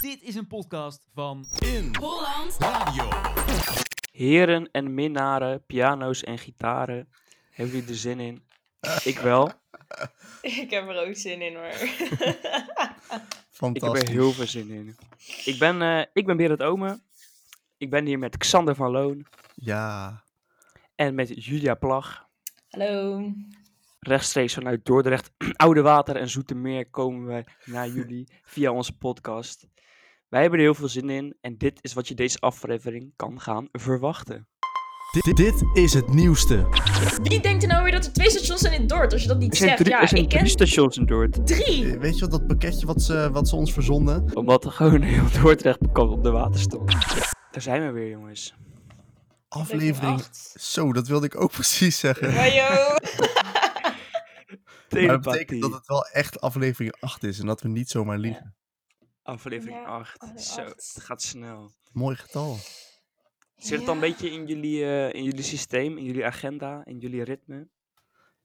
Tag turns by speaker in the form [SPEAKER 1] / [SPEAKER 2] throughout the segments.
[SPEAKER 1] Dit is een podcast van
[SPEAKER 2] In
[SPEAKER 3] Holland
[SPEAKER 2] Radio.
[SPEAKER 4] Heren en minnaren, piano's en gitaren. Hebben jullie er zin in? Ik wel.
[SPEAKER 5] Ik heb er ook zin in hoor.
[SPEAKER 4] Ik heb
[SPEAKER 6] Fantastisch.
[SPEAKER 4] er heel veel zin in. Ik ben, eh, ik ben Berend Omen. Ik ben hier met Xander van Loon
[SPEAKER 6] Ja.
[SPEAKER 4] en met Julia Plag.
[SPEAKER 5] Hallo.
[SPEAKER 4] Rechtstreeks vanuit Dordrecht, Oude Water en Zoetermeer komen wij naar jullie via onze podcast. Wij hebben er heel veel zin in en dit is wat je deze aflevering kan gaan verwachten.
[SPEAKER 6] Dit, dit, dit is het nieuwste.
[SPEAKER 5] Wie denkt er nou weer dat er twee stations zijn in het dorp als je dat niet
[SPEAKER 4] Er zijn
[SPEAKER 5] zegt?
[SPEAKER 4] drie,
[SPEAKER 5] ja,
[SPEAKER 4] er zijn
[SPEAKER 5] ik ken
[SPEAKER 4] drie stations in Dordrecht.
[SPEAKER 5] drie.
[SPEAKER 6] Eh, Weet je wat dat pakketje wat ze, wat ze ons verzonden?
[SPEAKER 4] Omdat er gewoon heel Dordrecht bekant op de water stond. Daar zijn we weer, jongens.
[SPEAKER 6] Aflevering. Zo, dat wilde ik ook precies zeggen.
[SPEAKER 5] Maar yo.
[SPEAKER 6] Maar dat betekent dat het wel echt aflevering 8 is en dat we niet zomaar liegen.
[SPEAKER 4] Aflevering
[SPEAKER 5] Ja,
[SPEAKER 4] 8.
[SPEAKER 5] aflevering
[SPEAKER 4] Zo,
[SPEAKER 5] acht.
[SPEAKER 4] het gaat snel.
[SPEAKER 6] Mooi getal.
[SPEAKER 4] Zit het dan een beetje in jullie, eh, in jullie systeem, in jullie agenda, in jullie ritme?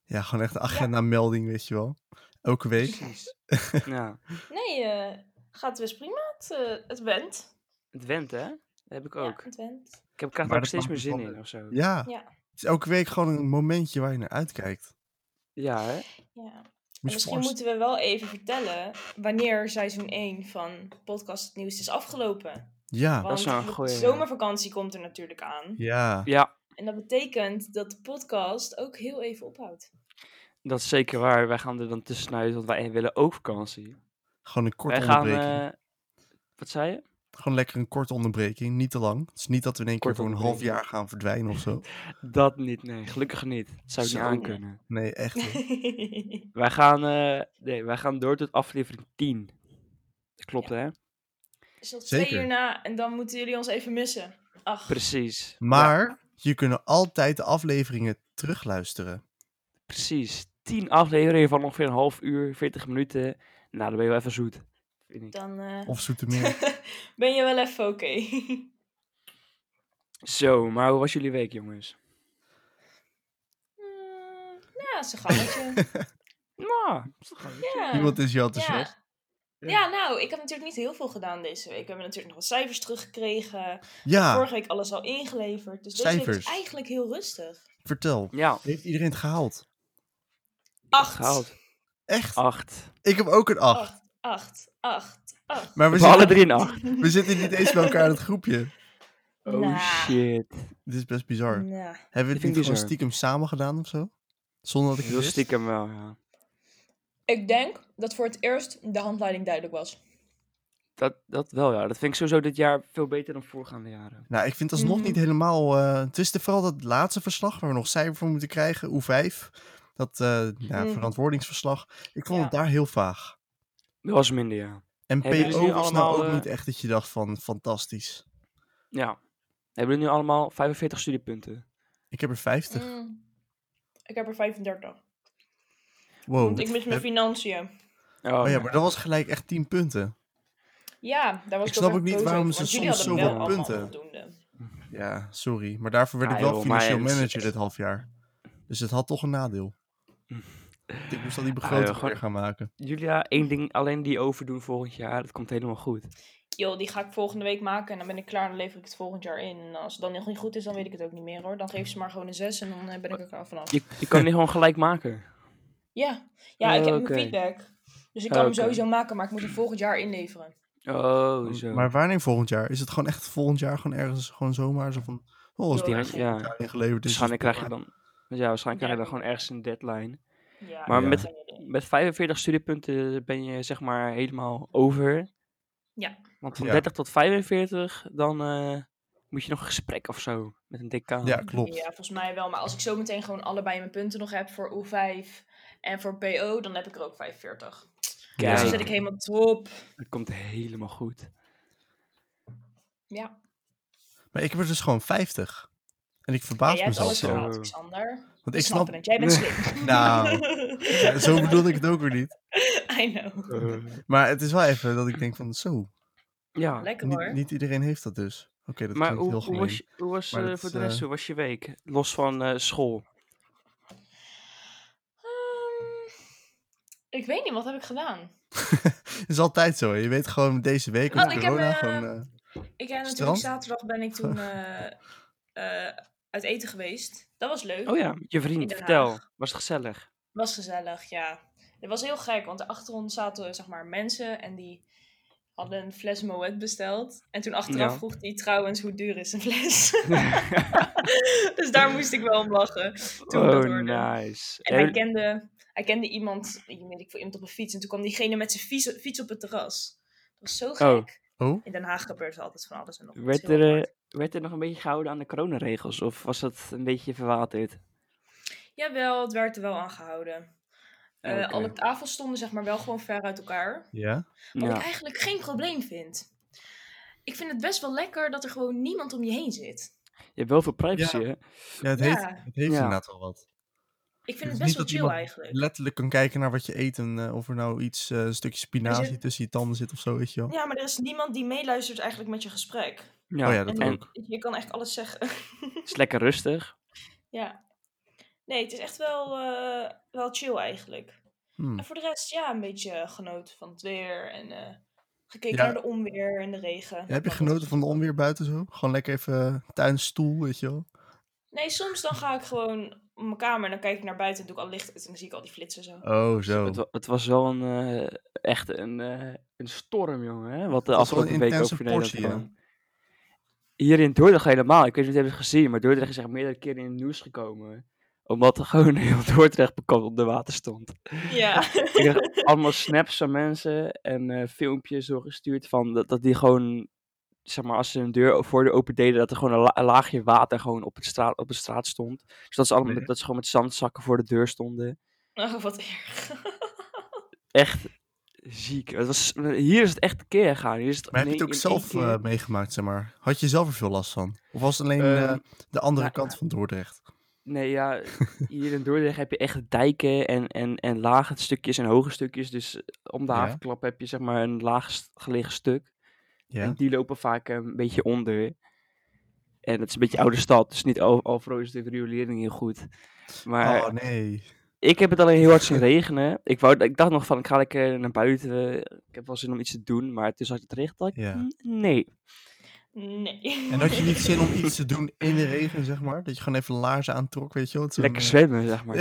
[SPEAKER 6] Ja, gewoon echt een agenda-melding, weet je wel. Elke week.
[SPEAKER 4] Precies. ja,
[SPEAKER 5] Nee, eh, gaat best prima. Het, eh, het went.
[SPEAKER 4] het went, hè? Dat heb ik
[SPEAKER 5] Ja,
[SPEAKER 4] ook.
[SPEAKER 5] het went.
[SPEAKER 4] Ik heb, krijg
[SPEAKER 6] Maar
[SPEAKER 4] er ook
[SPEAKER 6] dat
[SPEAKER 4] steeds
[SPEAKER 6] mag dus
[SPEAKER 4] meer zin
[SPEAKER 6] wel.
[SPEAKER 4] in of zo. Ja,
[SPEAKER 6] Ja.
[SPEAKER 5] Ja.
[SPEAKER 6] Het is elke week gewoon een momentje waar je naar uitkijkt.
[SPEAKER 4] hè?
[SPEAKER 5] Ja. En
[SPEAKER 6] Moet je
[SPEAKER 5] misschien
[SPEAKER 6] vast-
[SPEAKER 5] moeten we wel even vertellen wanneer seizoen 1 van Podcast Het Nieuws is afgelopen.
[SPEAKER 6] Ja.
[SPEAKER 5] Want
[SPEAKER 4] is wel een
[SPEAKER 5] de
[SPEAKER 4] goeie, ja.
[SPEAKER 5] zomervakantie komt er natuurlijk aan.
[SPEAKER 6] Ja.
[SPEAKER 4] Ja,
[SPEAKER 5] En dat betekent dat de podcast ook heel even ophoudt.
[SPEAKER 4] dat is zeker waar. Wij gaan er dan tussenuit, want wij willen ook vakantie.
[SPEAKER 6] Gewoon een korte
[SPEAKER 4] wij gaan.
[SPEAKER 6] onderbreking.
[SPEAKER 4] eh, wat zei je?
[SPEAKER 6] Gewoon lekker een korte onderbreking. Niet te lang. Het is niet dat we in één keer
[SPEAKER 4] Korte
[SPEAKER 6] voor een half jaar
[SPEAKER 4] onderbreking.
[SPEAKER 6] gaan verdwijnen of zo.
[SPEAKER 4] Dat niet, nee. Gelukkig niet. Dat zou ik
[SPEAKER 6] Zo.
[SPEAKER 4] niet aankunnen.
[SPEAKER 6] Nee, echt. niet.
[SPEAKER 4] Wij gaan, eh, nee, wij gaan door tot aflevering 10. Dat klopt, hè?
[SPEAKER 5] dus tot
[SPEAKER 6] Zeker.
[SPEAKER 5] twee uur na en dan moeten jullie ons even missen. Ach,
[SPEAKER 4] Precies. Ja,
[SPEAKER 6] Maar je kunt altijd de afleveringen terugluisteren.
[SPEAKER 4] precies. 10 afleveringen van ongeveer een half uur, 40 minuten. Nou, dan ben je wel even zoet. Vind ik.
[SPEAKER 5] dan... eh,
[SPEAKER 6] Of Zoetermeer.
[SPEAKER 5] ben je wel even oké?
[SPEAKER 4] Zo, maar hoe was jullie week, jongens?
[SPEAKER 5] Mm, nou, ze gangetje.
[SPEAKER 4] Nou,
[SPEAKER 5] ja.
[SPEAKER 6] Iemand is hier enthousiast.
[SPEAKER 5] ja. ja, nou, ik heb natuurlijk niet heel veel gedaan deze week. We hebben natuurlijk nog wat cijfers teruggekregen.
[SPEAKER 6] Ja,
[SPEAKER 5] Vorige week alles al ingeleverd. Dus deze week
[SPEAKER 6] Ah. Cijfers.
[SPEAKER 5] is eigenlijk heel rustig.
[SPEAKER 6] vertel.
[SPEAKER 4] ja,
[SPEAKER 6] Heeft iedereen het gehaald?
[SPEAKER 5] Acht.
[SPEAKER 4] gehaald.
[SPEAKER 6] Echt?
[SPEAKER 4] 8.
[SPEAKER 6] Ik heb ook een 8.
[SPEAKER 5] Acht, acht, acht, acht.
[SPEAKER 6] Maar we
[SPEAKER 4] We alle
[SPEAKER 6] zitten,
[SPEAKER 4] drie een 8.
[SPEAKER 6] we zitten niet eens bij elkaar in het groepje.
[SPEAKER 4] Oh
[SPEAKER 6] Nou.
[SPEAKER 5] Nah.
[SPEAKER 4] shit.
[SPEAKER 6] Dit is best bizar.
[SPEAKER 5] Nou,
[SPEAKER 6] Hebben we
[SPEAKER 4] ik
[SPEAKER 6] het niet
[SPEAKER 4] bizar.
[SPEAKER 6] gewoon stiekem samen gedaan of zo? Zonder dat ik
[SPEAKER 4] Heel
[SPEAKER 6] het wist?
[SPEAKER 4] stiekem wel, ja.
[SPEAKER 5] ik denk dat voor het eerst de handleiding duidelijk was.
[SPEAKER 4] Dat, dat wel, ja. Dat vind ik sowieso dit jaar veel beter dan voorgaande jaren.
[SPEAKER 6] Nou, ik vind dat
[SPEAKER 5] Mm.
[SPEAKER 6] nog niet helemaal... eh, het is er vooral dat laatste verslag waar we nog cijfer voor moeten krijgen. O5. Dat eh ja,
[SPEAKER 5] Mhm.
[SPEAKER 6] verantwoordingsverslag. Ik vond
[SPEAKER 5] Ja.
[SPEAKER 6] het daar heel vaag.
[SPEAKER 4] Dat was minder, ja.
[SPEAKER 6] En
[SPEAKER 4] Hebben jullie
[SPEAKER 6] PO
[SPEAKER 4] nu
[SPEAKER 6] was
[SPEAKER 4] allemaal,
[SPEAKER 6] nou ook
[SPEAKER 4] eh,
[SPEAKER 6] niet echt dat je dacht van fantastisch.
[SPEAKER 4] Ja. Hebben jullie nu allemaal 45 studiepunten?
[SPEAKER 6] Ik heb er 50.
[SPEAKER 5] Mm. Ik heb er
[SPEAKER 6] Oh,
[SPEAKER 5] 35.
[SPEAKER 6] Wow.
[SPEAKER 5] Want ik mis mijn
[SPEAKER 6] Heb-
[SPEAKER 5] financiën.
[SPEAKER 6] Oh ja, maar dat was gelijk echt 10 punten.
[SPEAKER 5] Ja, daar
[SPEAKER 6] Ik
[SPEAKER 5] was ook
[SPEAKER 6] snap
[SPEAKER 5] echt
[SPEAKER 6] ook niet
[SPEAKER 5] boos
[SPEAKER 6] waarom
[SPEAKER 5] over,
[SPEAKER 6] ze
[SPEAKER 5] want
[SPEAKER 6] soms
[SPEAKER 5] jullie hadden
[SPEAKER 4] zoveel
[SPEAKER 5] wel allemaal eh.
[SPEAKER 6] punten.
[SPEAKER 5] voldoende.
[SPEAKER 6] Ja, sorry. Maar daarvoor werd
[SPEAKER 4] Ah,
[SPEAKER 6] ik wel
[SPEAKER 4] joh, maar
[SPEAKER 6] financieel
[SPEAKER 4] ja, dat is-
[SPEAKER 6] manager dit half jaar. Dus het had toch een nadeel. ik moest al die
[SPEAKER 4] Ah, joh,
[SPEAKER 6] begroting
[SPEAKER 4] gewoon-
[SPEAKER 6] weer gaan maken.
[SPEAKER 4] Julia, één ding alleen die overdoen volgend jaar, dat komt helemaal goed.
[SPEAKER 5] joh, die ga ik volgende week maken en dan ben ik klaar en dan lever ik het volgend jaar in. En als het dan nog niet goed is, dan weet ik het ook niet meer hoor. Dan geef ze maar gewoon een 6 en dan eh, ben ik er klaar vanaf.
[SPEAKER 4] Je, je kan die gewoon gelijk maken.
[SPEAKER 5] Ja, ja ik heb
[SPEAKER 4] Oh, Oké.
[SPEAKER 5] mijn feedback. Dus ik
[SPEAKER 4] Ah,
[SPEAKER 5] kan hem
[SPEAKER 4] oké.
[SPEAKER 5] sowieso maken, maar ik moet hem volgend jaar inleveren.
[SPEAKER 4] Oh, zo.
[SPEAKER 6] Maar wanneer volgend jaar? Is het gewoon echt volgend jaar gewoon ergens gewoon zomaar zo van... Oh, als
[SPEAKER 5] Joh,
[SPEAKER 6] die
[SPEAKER 5] ja.
[SPEAKER 6] het
[SPEAKER 4] ja,
[SPEAKER 6] ingeleverd dus is...
[SPEAKER 4] Dus waarschijnlijk krijg je dan, dus ja, waarschijnlijk
[SPEAKER 5] Dus Ja.
[SPEAKER 4] krijg je dan gewoon ergens een deadline.
[SPEAKER 5] Ja,
[SPEAKER 4] Maar
[SPEAKER 5] ik
[SPEAKER 4] met-
[SPEAKER 5] heb geen idee.
[SPEAKER 4] Met 45 studiepunten ben je zeg maar helemaal over.
[SPEAKER 5] Ja.
[SPEAKER 4] Want van
[SPEAKER 6] Ja.
[SPEAKER 4] 30 tot 45, dan eh, moet je nog een gesprek of zo met een decaan.
[SPEAKER 6] Ja, klopt.
[SPEAKER 5] Ja, volgens mij wel. Maar als ik zo meteen gewoon allebei mijn punten nog heb voor U5 en voor PO, dan heb ik er ook 45. Dus dan
[SPEAKER 4] Kijk,
[SPEAKER 5] zit ik helemaal top.
[SPEAKER 4] dat komt helemaal goed.
[SPEAKER 5] Ja,
[SPEAKER 6] Maar ik heb er dus gewoon 50. En ik
[SPEAKER 5] ja
[SPEAKER 6] verbaas
[SPEAKER 5] jij hebt
[SPEAKER 6] mezelf
[SPEAKER 5] alles
[SPEAKER 4] zo.
[SPEAKER 6] zo.
[SPEAKER 4] gedaan.
[SPEAKER 5] gehaald, Xander.
[SPEAKER 6] Want
[SPEAKER 5] We
[SPEAKER 6] ik snap...
[SPEAKER 5] snappen het. Jij bent slim.
[SPEAKER 6] Nou, ja, zo bedoelde ik het ook weer niet.
[SPEAKER 5] I know.
[SPEAKER 6] Maar het is wel even dat ik denk van zo.
[SPEAKER 4] ja,
[SPEAKER 5] Lekker
[SPEAKER 6] Niet,
[SPEAKER 5] hoor.
[SPEAKER 6] niet iedereen heeft dat dus. Oké, dat
[SPEAKER 4] maar
[SPEAKER 6] klinkt heel
[SPEAKER 4] hoe, hoe
[SPEAKER 6] gemeen.
[SPEAKER 4] was, je- hoe was
[SPEAKER 6] Maar
[SPEAKER 4] eh,
[SPEAKER 6] dat,
[SPEAKER 4] voor de rest,
[SPEAKER 6] eh,
[SPEAKER 4] hoe was je week? Los van eh, school.
[SPEAKER 5] Ehm, Ik weet niet, wat heb ik gedaan?
[SPEAKER 6] Het is altijd zo. hè. Je weet gewoon deze week
[SPEAKER 5] Oh,
[SPEAKER 6] of
[SPEAKER 5] ik heb,
[SPEAKER 6] corona.
[SPEAKER 5] eh,
[SPEAKER 6] gewoon, eh,
[SPEAKER 5] Ik ben natuurlijk
[SPEAKER 6] Strand?
[SPEAKER 5] zaterdag ben ik toen eh, eh, uit eten geweest. Dat was leuk.
[SPEAKER 4] Oh ja, je vriend,
[SPEAKER 5] Den
[SPEAKER 4] vertel.
[SPEAKER 5] Haag.
[SPEAKER 4] Was het gezellig?
[SPEAKER 5] Was gezellig, ja. Het was heel gek, want achter ons zaten zeg maar mensen en die hadden een fles Moet besteld. En toen achteraf
[SPEAKER 4] Ja.
[SPEAKER 5] vroeg hij trouwens hoe duur is een fles. dus daar moest ik wel om lachen. Toen dat
[SPEAKER 4] oh,
[SPEAKER 5] hoorde.
[SPEAKER 4] nice.
[SPEAKER 5] En
[SPEAKER 4] Eh,
[SPEAKER 5] hij kende, hij kende iemand, ik weet ik veel, iemand op een fiets. En toen kwam diegene met zijn fiets, fiets op het terras. Dat was zo
[SPEAKER 4] Oh.
[SPEAKER 5] gek.
[SPEAKER 6] Oh.
[SPEAKER 5] In Den Haag gebeurt er altijd van alles en nog wat.
[SPEAKER 4] werd,
[SPEAKER 5] Heel
[SPEAKER 4] er, eh,
[SPEAKER 5] apart.
[SPEAKER 4] werd er nog een beetje gehouden aan de coronaregels? Of was dat een beetje verwaterd?
[SPEAKER 6] Oh,
[SPEAKER 5] Jawel, het werd er wel aangehouden. Eh,
[SPEAKER 4] Oh, Oké.
[SPEAKER 5] Alle tafels stonden zeg maar wel gewoon ver uit elkaar.
[SPEAKER 6] ja.
[SPEAKER 5] Wat
[SPEAKER 4] Ja.
[SPEAKER 5] ik eigenlijk geen probleem vind. Ik vind het best wel lekker dat er gewoon niemand om je heen zit.
[SPEAKER 4] Je hebt wel veel privacy,
[SPEAKER 6] Ja.
[SPEAKER 4] hè?
[SPEAKER 6] ja, het
[SPEAKER 5] Ja.
[SPEAKER 6] heeft, het heeft
[SPEAKER 4] Ja.
[SPEAKER 6] inderdaad wel wat.
[SPEAKER 5] Ik
[SPEAKER 6] Het
[SPEAKER 5] vind
[SPEAKER 6] is
[SPEAKER 5] het
[SPEAKER 6] niet
[SPEAKER 5] best wel
[SPEAKER 6] dat
[SPEAKER 5] chill
[SPEAKER 6] iemand
[SPEAKER 5] eigenlijk.
[SPEAKER 6] Letterlijk kan kijken naar wat je eet en eh, of er nou iets, eh, een stukje spinazie
[SPEAKER 5] zit-
[SPEAKER 6] tussen je tanden zit of zo, weet je wel.
[SPEAKER 5] Ja, maar er is niemand die meeluistert eigenlijk met je gesprek.
[SPEAKER 4] Ja.
[SPEAKER 6] Oh ja, dat
[SPEAKER 5] en-
[SPEAKER 6] ook.
[SPEAKER 5] Je kan echt alles zeggen.
[SPEAKER 4] Het is lekker rustig.
[SPEAKER 5] ja. Nee, het is echt wel, eh, wel chill eigenlijk.
[SPEAKER 6] Hmm.
[SPEAKER 5] En voor de rest, ja, een beetje eh, genoten van het weer. En eh, gekeken
[SPEAKER 6] Ja.
[SPEAKER 5] naar de onweer en de regen.
[SPEAKER 6] Ja, heb je
[SPEAKER 5] Maar
[SPEAKER 6] genoten
[SPEAKER 5] dat-
[SPEAKER 6] van de onweer buiten zo? Gewoon lekker even eh, tuinstoel, weet je wel.
[SPEAKER 5] Nee, soms dan ga ik gewoon op mijn kamer en dan kijk ik naar buiten en doe ik al licht uit en dan zie ik al die flitsen zo.
[SPEAKER 6] Oh, zo.
[SPEAKER 4] Het, wa- het was wel een, eh, echt een, eh, een storm, jongen. Hè?
[SPEAKER 6] was
[SPEAKER 4] Wat de
[SPEAKER 6] wel een
[SPEAKER 4] afgelopen week ook
[SPEAKER 6] intense
[SPEAKER 4] voor Nederland
[SPEAKER 6] portie, ja.
[SPEAKER 4] kwam. Hier in Dordrecht helemaal. Ik weet niet of je het hebt gezien, maar Dordrecht is echt meerdere keren in het nieuws gekomen. Omdat er gewoon heel Dordrecht bekant onder water stond.
[SPEAKER 5] Ja.
[SPEAKER 4] Ik kreeg allemaal snaps van mensen en eh, filmpjes doorgestuurd van dat, dat die gewoon, zeg maar, als ze hun deur voor de open deden, dat er gewoon een, la- een laagje water gewoon op, het straat, op de straat stond. Dus dat ze, allemaal,
[SPEAKER 6] Nee.
[SPEAKER 4] dat ze gewoon met zandzakken voor de deur stonden.
[SPEAKER 5] Oh, wat erg.
[SPEAKER 4] Echt ziek. Het was, hier is het echt keer gaan. Hier is het
[SPEAKER 6] Maar heb
[SPEAKER 4] in
[SPEAKER 6] je het ook
[SPEAKER 4] één- in één
[SPEAKER 6] zelf
[SPEAKER 4] keer-
[SPEAKER 6] eh, meegemaakt, zeg maar? Had je zelf er veel last van? Of was het alleen
[SPEAKER 4] Eh,
[SPEAKER 6] eh, de andere
[SPEAKER 4] nou,
[SPEAKER 6] kant van Dordrecht?
[SPEAKER 4] Nee, ja, hier in Dordrecht heb je echt dijken en, en, en lage stukjes en hoge stukjes. Dus eh, om de
[SPEAKER 6] Ja.
[SPEAKER 4] havenklap heb je zeg maar een laag st- gelegen stuk. En
[SPEAKER 6] Ja.
[SPEAKER 4] die lopen vaak eh, een beetje onder. En het is een beetje oude stad, dus niet al- overal is de riolering heel goed. Maar
[SPEAKER 6] Oh, nee.
[SPEAKER 4] ik heb het alleen heel hard zien regenen. Ik, wou, ik dacht nog van, ik ga lekker naar buiten. Ik heb wel zin om iets te doen, maar toen zag ik het regent. dacht ik,
[SPEAKER 6] Ja.
[SPEAKER 4] "Mm, nee.
[SPEAKER 5] Nee.
[SPEAKER 6] En had je niet zin om iets te doen in de regen, zeg maar? Dat je gewoon even laarzen aantrok, weet je wel? Zo'n,
[SPEAKER 4] Lekker
[SPEAKER 6] eh,
[SPEAKER 4] zwemmen, zeg maar.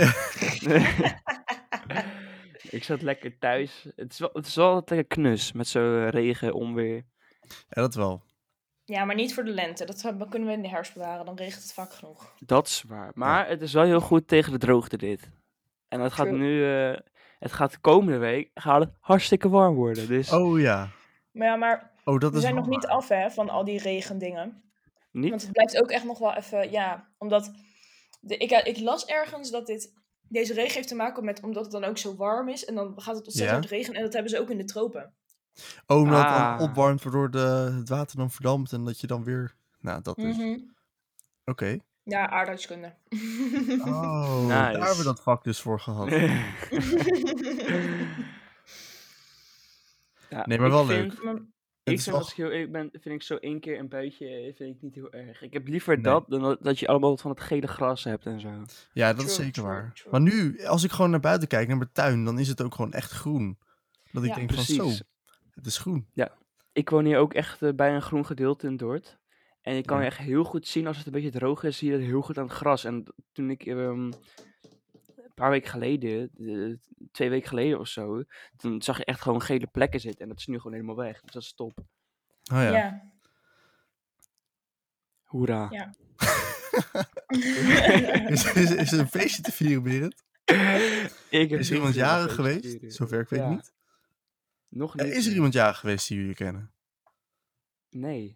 [SPEAKER 4] ik zat lekker thuis. Het is wel, het is wel wat lekker knus met zo'n eh, regen, onweer.
[SPEAKER 6] Ja, dat wel.
[SPEAKER 5] Ja, maar niet voor de lente. Dat hebben- kunnen we in de herfst bewaren. Dan regent het vaak genoeg.
[SPEAKER 4] Dat is waar. Maar het is wel heel goed tegen de droogte dit. En het gaat
[SPEAKER 5] True.
[SPEAKER 4] nu, eh, het gaat de komende week, gaat het hartstikke warm worden. Dus
[SPEAKER 6] Oh ja.
[SPEAKER 5] Maar ja, maar
[SPEAKER 6] Oh, dat
[SPEAKER 5] we
[SPEAKER 6] is
[SPEAKER 5] zijn
[SPEAKER 6] wel
[SPEAKER 5] nog niet
[SPEAKER 6] waar.
[SPEAKER 5] af hè, van al die regendingen. Want
[SPEAKER 4] niet,
[SPEAKER 5] het blijft ook echt nog wel even... Ja, omdat... De, ik, ik las ergens dat dit, deze regen heeft te maken met... Omdat het dan ook zo warm is. En dan gaat het ontzettend
[SPEAKER 6] Ja.
[SPEAKER 5] hard regenen. En dat hebben ze ook in de tropen.
[SPEAKER 6] Oh, omdat het
[SPEAKER 4] Ah.
[SPEAKER 6] dan opwarmt, waardoor de, het water dan verdampt en dat je dan weer... Nou, dat dus. Oké.
[SPEAKER 5] Mhm. Ja, aardrijkskunde.
[SPEAKER 6] Oh,
[SPEAKER 4] Nice.
[SPEAKER 6] daar hebben we dat vak dus voor gehad.
[SPEAKER 4] Ja,
[SPEAKER 6] Nee, maar
[SPEAKER 4] ik
[SPEAKER 6] wel leuk.
[SPEAKER 4] vind-
[SPEAKER 6] Het
[SPEAKER 4] Ik
[SPEAKER 6] is
[SPEAKER 4] vind,
[SPEAKER 6] wel-
[SPEAKER 4] als ik heel eerlijk ben, vind ik zo één keer een buitje eh, vind ik niet heel erg. Ik heb liever
[SPEAKER 6] Nee.
[SPEAKER 4] dat dan dat- dat je allemaal wat van het gele gras hebt en zo.
[SPEAKER 6] Ja, dat is
[SPEAKER 5] True,
[SPEAKER 6] zeker
[SPEAKER 5] true,
[SPEAKER 6] waar.
[SPEAKER 5] true.
[SPEAKER 6] Maar nu, als ik gewoon naar buiten kijk, naar mijn tuin, dan is het ook gewoon echt groen. Dat ik
[SPEAKER 5] Ja.
[SPEAKER 6] denk van
[SPEAKER 4] Precies.
[SPEAKER 6] zo, het is groen.
[SPEAKER 4] Ik woon hier ook echt eh, bij een groen gedeelte in Dordt. En je kan
[SPEAKER 6] Ja.
[SPEAKER 4] echt heel goed zien als het een beetje droog is, zie je dat heel goed aan het gras. En d- toen ik ehm, een paar weken geleden, eh, twee weken geleden of zo, toen zag je echt gewoon gele plekken zitten. En dat is nu gewoon helemaal weg. Dus dat is top.
[SPEAKER 6] Oh ja.
[SPEAKER 5] ja.
[SPEAKER 4] Hoera.
[SPEAKER 5] Ja.
[SPEAKER 6] Is, is, is er een feestje te vieren, Berend? Is
[SPEAKER 4] Ik heb
[SPEAKER 6] er iemand
[SPEAKER 4] niks in mijn
[SPEAKER 6] jarig
[SPEAKER 4] feestje
[SPEAKER 6] geweest?
[SPEAKER 4] vieren.
[SPEAKER 6] Zover ik weet
[SPEAKER 4] Ja.
[SPEAKER 6] niet.
[SPEAKER 4] Nog
[SPEAKER 6] Ja,
[SPEAKER 4] niet.
[SPEAKER 6] is er iemand jarig geweest die jullie kennen?
[SPEAKER 4] Nee.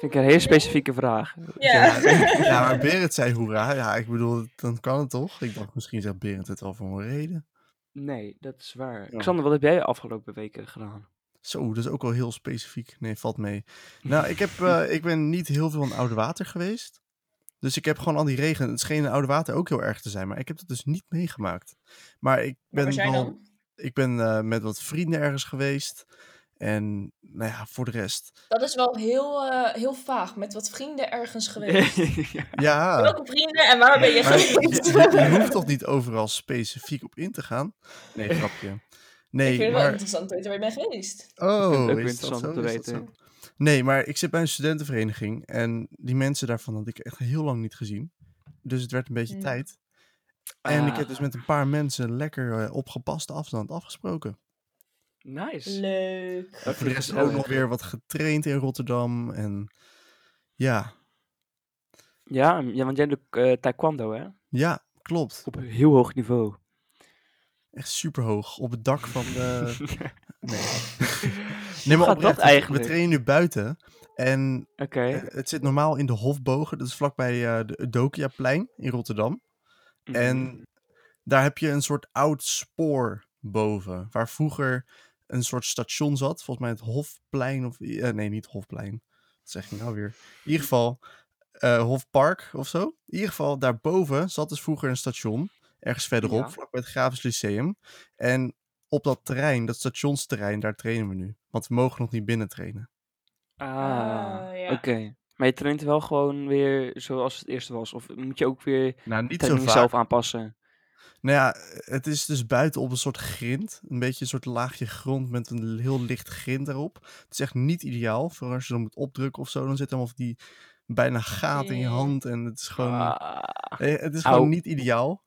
[SPEAKER 4] Vind ik een hele specifieke vraag.
[SPEAKER 5] Ja.
[SPEAKER 6] ja, maar Berend zei hoera. Ja, ik bedoel, dan kan het toch? Ik dacht, misschien zegt Berend het wel voor een reden.
[SPEAKER 4] Nee, dat is waar.
[SPEAKER 6] Ja.
[SPEAKER 4] Xander, wat heb jij de afgelopen weken gedaan?
[SPEAKER 6] Zo, dat is ook wel heel specifiek. Nee, valt mee. Nou, ik, heb, eh, ik ben niet heel veel in Oude Water geweest. Dus ik heb gewoon al die regen. Het scheen in Oude Water ook heel erg te zijn, maar ik heb dat dus niet meegemaakt. Maar ik ben
[SPEAKER 5] Waar was jij
[SPEAKER 6] wel
[SPEAKER 5] dan?
[SPEAKER 6] ik ben eh, met wat vrienden ergens geweest. En nou ja, voor de rest.
[SPEAKER 5] Dat is wel heel, eh, heel vaag. Met wat vrienden ergens geweest.
[SPEAKER 4] Ja.
[SPEAKER 6] Ja,
[SPEAKER 5] Welke vrienden en waar ben je
[SPEAKER 6] Maar-
[SPEAKER 5] geweest?
[SPEAKER 6] je hoeft toch niet overal specifiek op in te gaan? Nee, grapje.
[SPEAKER 5] ik vind
[SPEAKER 6] Nee,
[SPEAKER 5] het wel
[SPEAKER 6] maar...
[SPEAKER 5] interessant om te weten waar je bent geweest.
[SPEAKER 4] vind het
[SPEAKER 6] Oh,
[SPEAKER 4] ook
[SPEAKER 6] is dat
[SPEAKER 4] interessant
[SPEAKER 6] zo?
[SPEAKER 4] om te
[SPEAKER 6] Is dat
[SPEAKER 4] weten.
[SPEAKER 6] zo? Nee, maar ik zit bij een studentenvereniging en die mensen daarvan had ik echt heel lang niet gezien. Dus het werd een beetje
[SPEAKER 5] Mm.
[SPEAKER 6] tijd. En ik heb
[SPEAKER 4] Ah,
[SPEAKER 6] dus met een paar mensen lekker eh, op gepaste afstand afgesproken.
[SPEAKER 4] Nice.
[SPEAKER 5] Leuk.
[SPEAKER 4] Dat
[SPEAKER 6] Voor de
[SPEAKER 4] klinkt
[SPEAKER 6] rest ook
[SPEAKER 4] gezellig.
[SPEAKER 6] nog weer wat getraind in Rotterdam. En ja,
[SPEAKER 4] Ja, ja, want jij doet eh, taekwondo, hè?
[SPEAKER 6] ja klopt.
[SPEAKER 4] Op een heel hoog niveau.
[SPEAKER 6] Echt super hoog. Op het dak van de.
[SPEAKER 4] Oké.
[SPEAKER 6] Nee, nee maar
[SPEAKER 4] dat
[SPEAKER 6] oprecht, we
[SPEAKER 4] eigenlijk?
[SPEAKER 6] trainen nu buiten. En Eh, Het zit normaal in de Hofbogen, dat is vlakbij eh de Eudokiaplein in Rotterdam.
[SPEAKER 4] Mm.
[SPEAKER 6] En daar heb je een soort oud spoor boven, waar vroeger een soort station zat, volgens mij het Hofplein of... eh, nee, niet Hofplein, wat zeg ik nou weer? In ieder geval, eh, Hofpark of zo. In ieder geval, daarboven zat dus vroeger een station, ergens verderop,
[SPEAKER 4] Ja.
[SPEAKER 6] vlakbij het Grafisch Lyceum. En op dat terrein, dat stationsterrein, daar trainen we nu. Want we mogen nog niet binnen trainen.
[SPEAKER 4] Ah,
[SPEAKER 5] Ah, ja.
[SPEAKER 4] oké. Maar je traint wel gewoon weer zoals het eerste was? Of moet je ook weer
[SPEAKER 6] Nou, niet zo
[SPEAKER 4] training
[SPEAKER 6] vaak.
[SPEAKER 4] zelf aanpassen?
[SPEAKER 6] Nou ja, het is dus buiten op een soort grind. Een beetje een soort laagje grond met een heel licht grind erop. Het is echt niet ideaal voor als je dan moet opdrukken of zo. Dan zit helemaal van die bijna gaten in je
[SPEAKER 5] Ja.
[SPEAKER 6] hand. En het is gewoon,
[SPEAKER 4] Ah,
[SPEAKER 6] eh, het is
[SPEAKER 4] Au.
[SPEAKER 6] gewoon niet ideaal.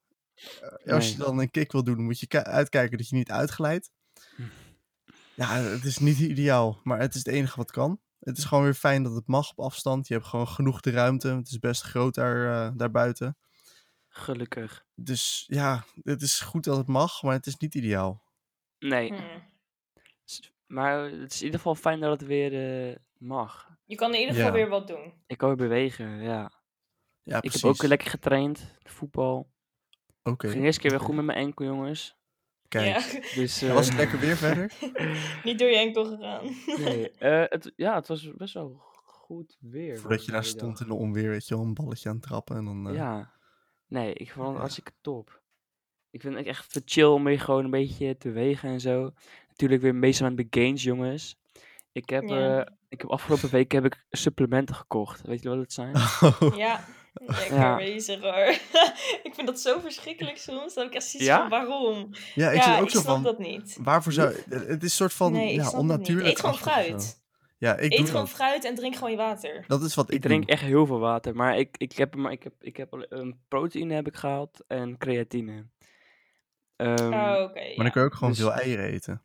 [SPEAKER 6] Eh, Als je
[SPEAKER 4] Nee.
[SPEAKER 6] dan een kick wil doen, dan moet je ki- uitkijken dat je niet uitglijdt.
[SPEAKER 4] Hm.
[SPEAKER 6] Ja, het is niet ideaal, maar het is het enige wat kan. Het is gewoon weer fijn dat het mag op afstand. Je hebt gewoon genoeg de ruimte. Het is best groot daar, eh, daarbuiten.
[SPEAKER 4] gelukkig.
[SPEAKER 6] Dus ja, het is goed dat het mag, maar het is niet ideaal.
[SPEAKER 4] Nee,
[SPEAKER 5] Hmm.
[SPEAKER 4] s- maar het is in ieder geval fijn dat het weer eh, mag.
[SPEAKER 5] Je kan in ieder geval
[SPEAKER 6] Ja.
[SPEAKER 5] weer wat doen.
[SPEAKER 4] Ik kan weer bewegen, ja.
[SPEAKER 6] Ja,
[SPEAKER 4] Ik
[SPEAKER 6] precies.
[SPEAKER 4] heb ook weer lekker getraind, voetbal.
[SPEAKER 6] Oké,
[SPEAKER 4] Ging de eerste keer weer goed met mijn enkel, jongens.
[SPEAKER 6] kijk.
[SPEAKER 5] Ja,
[SPEAKER 6] Was
[SPEAKER 4] Dus, eh,
[SPEAKER 6] het lekker weer verder?
[SPEAKER 5] niet door je enkel gegaan.
[SPEAKER 4] Nee, eh, het, ja, het was best wel goed weer.
[SPEAKER 6] Voordat
[SPEAKER 4] volgens
[SPEAKER 6] je daar
[SPEAKER 4] mij die
[SPEAKER 6] stond
[SPEAKER 4] dag.
[SPEAKER 6] in de onweer, weet je wel, een balletje aan het trappen en dan... eh,
[SPEAKER 4] Ja. Nee, ik vond het
[SPEAKER 6] Ja.
[SPEAKER 4] hartstikke top. Ik vind het echt te chill om weer gewoon een beetje te wegen en zo. Natuurlijk weer meestal aan de gains, jongens. Ik heb,
[SPEAKER 5] Ja.
[SPEAKER 4] eh, ik heb afgelopen week heb ik supplementen gekocht. Weet je wat het zijn?
[SPEAKER 5] Ja, lekker
[SPEAKER 4] Ja.
[SPEAKER 5] bezig hoor. ik vind dat zo verschrikkelijk soms. Dan heb ik echt zoiets
[SPEAKER 4] Ja?
[SPEAKER 5] van waarom?
[SPEAKER 6] ja, ik
[SPEAKER 5] ja,
[SPEAKER 6] zit ook
[SPEAKER 5] ik
[SPEAKER 6] zo
[SPEAKER 5] snap
[SPEAKER 6] van,
[SPEAKER 5] dat niet.
[SPEAKER 6] waarvoor zou... Het is een soort van
[SPEAKER 5] nee, ik
[SPEAKER 6] ja,
[SPEAKER 5] snap het niet.
[SPEAKER 6] onnatuurlijk.
[SPEAKER 5] Eet gewoon
[SPEAKER 6] afstand of zo.
[SPEAKER 5] fruit.
[SPEAKER 6] Ja, ik doe
[SPEAKER 5] Eet gewoon
[SPEAKER 6] dat.
[SPEAKER 5] fruit en drink gewoon je water.
[SPEAKER 6] Dat is wat ik,
[SPEAKER 4] Ik drink
[SPEAKER 6] doe.
[SPEAKER 4] echt heel veel water, maar ik, ik heb, maar ik heb, ik heb al- een proteïne heb ik gehaald en creatine. Ehm,
[SPEAKER 5] Oh, oké.
[SPEAKER 6] Maar
[SPEAKER 5] ja.
[SPEAKER 6] dan kun je ook gewoon
[SPEAKER 4] Dus-
[SPEAKER 6] veel eieren eten.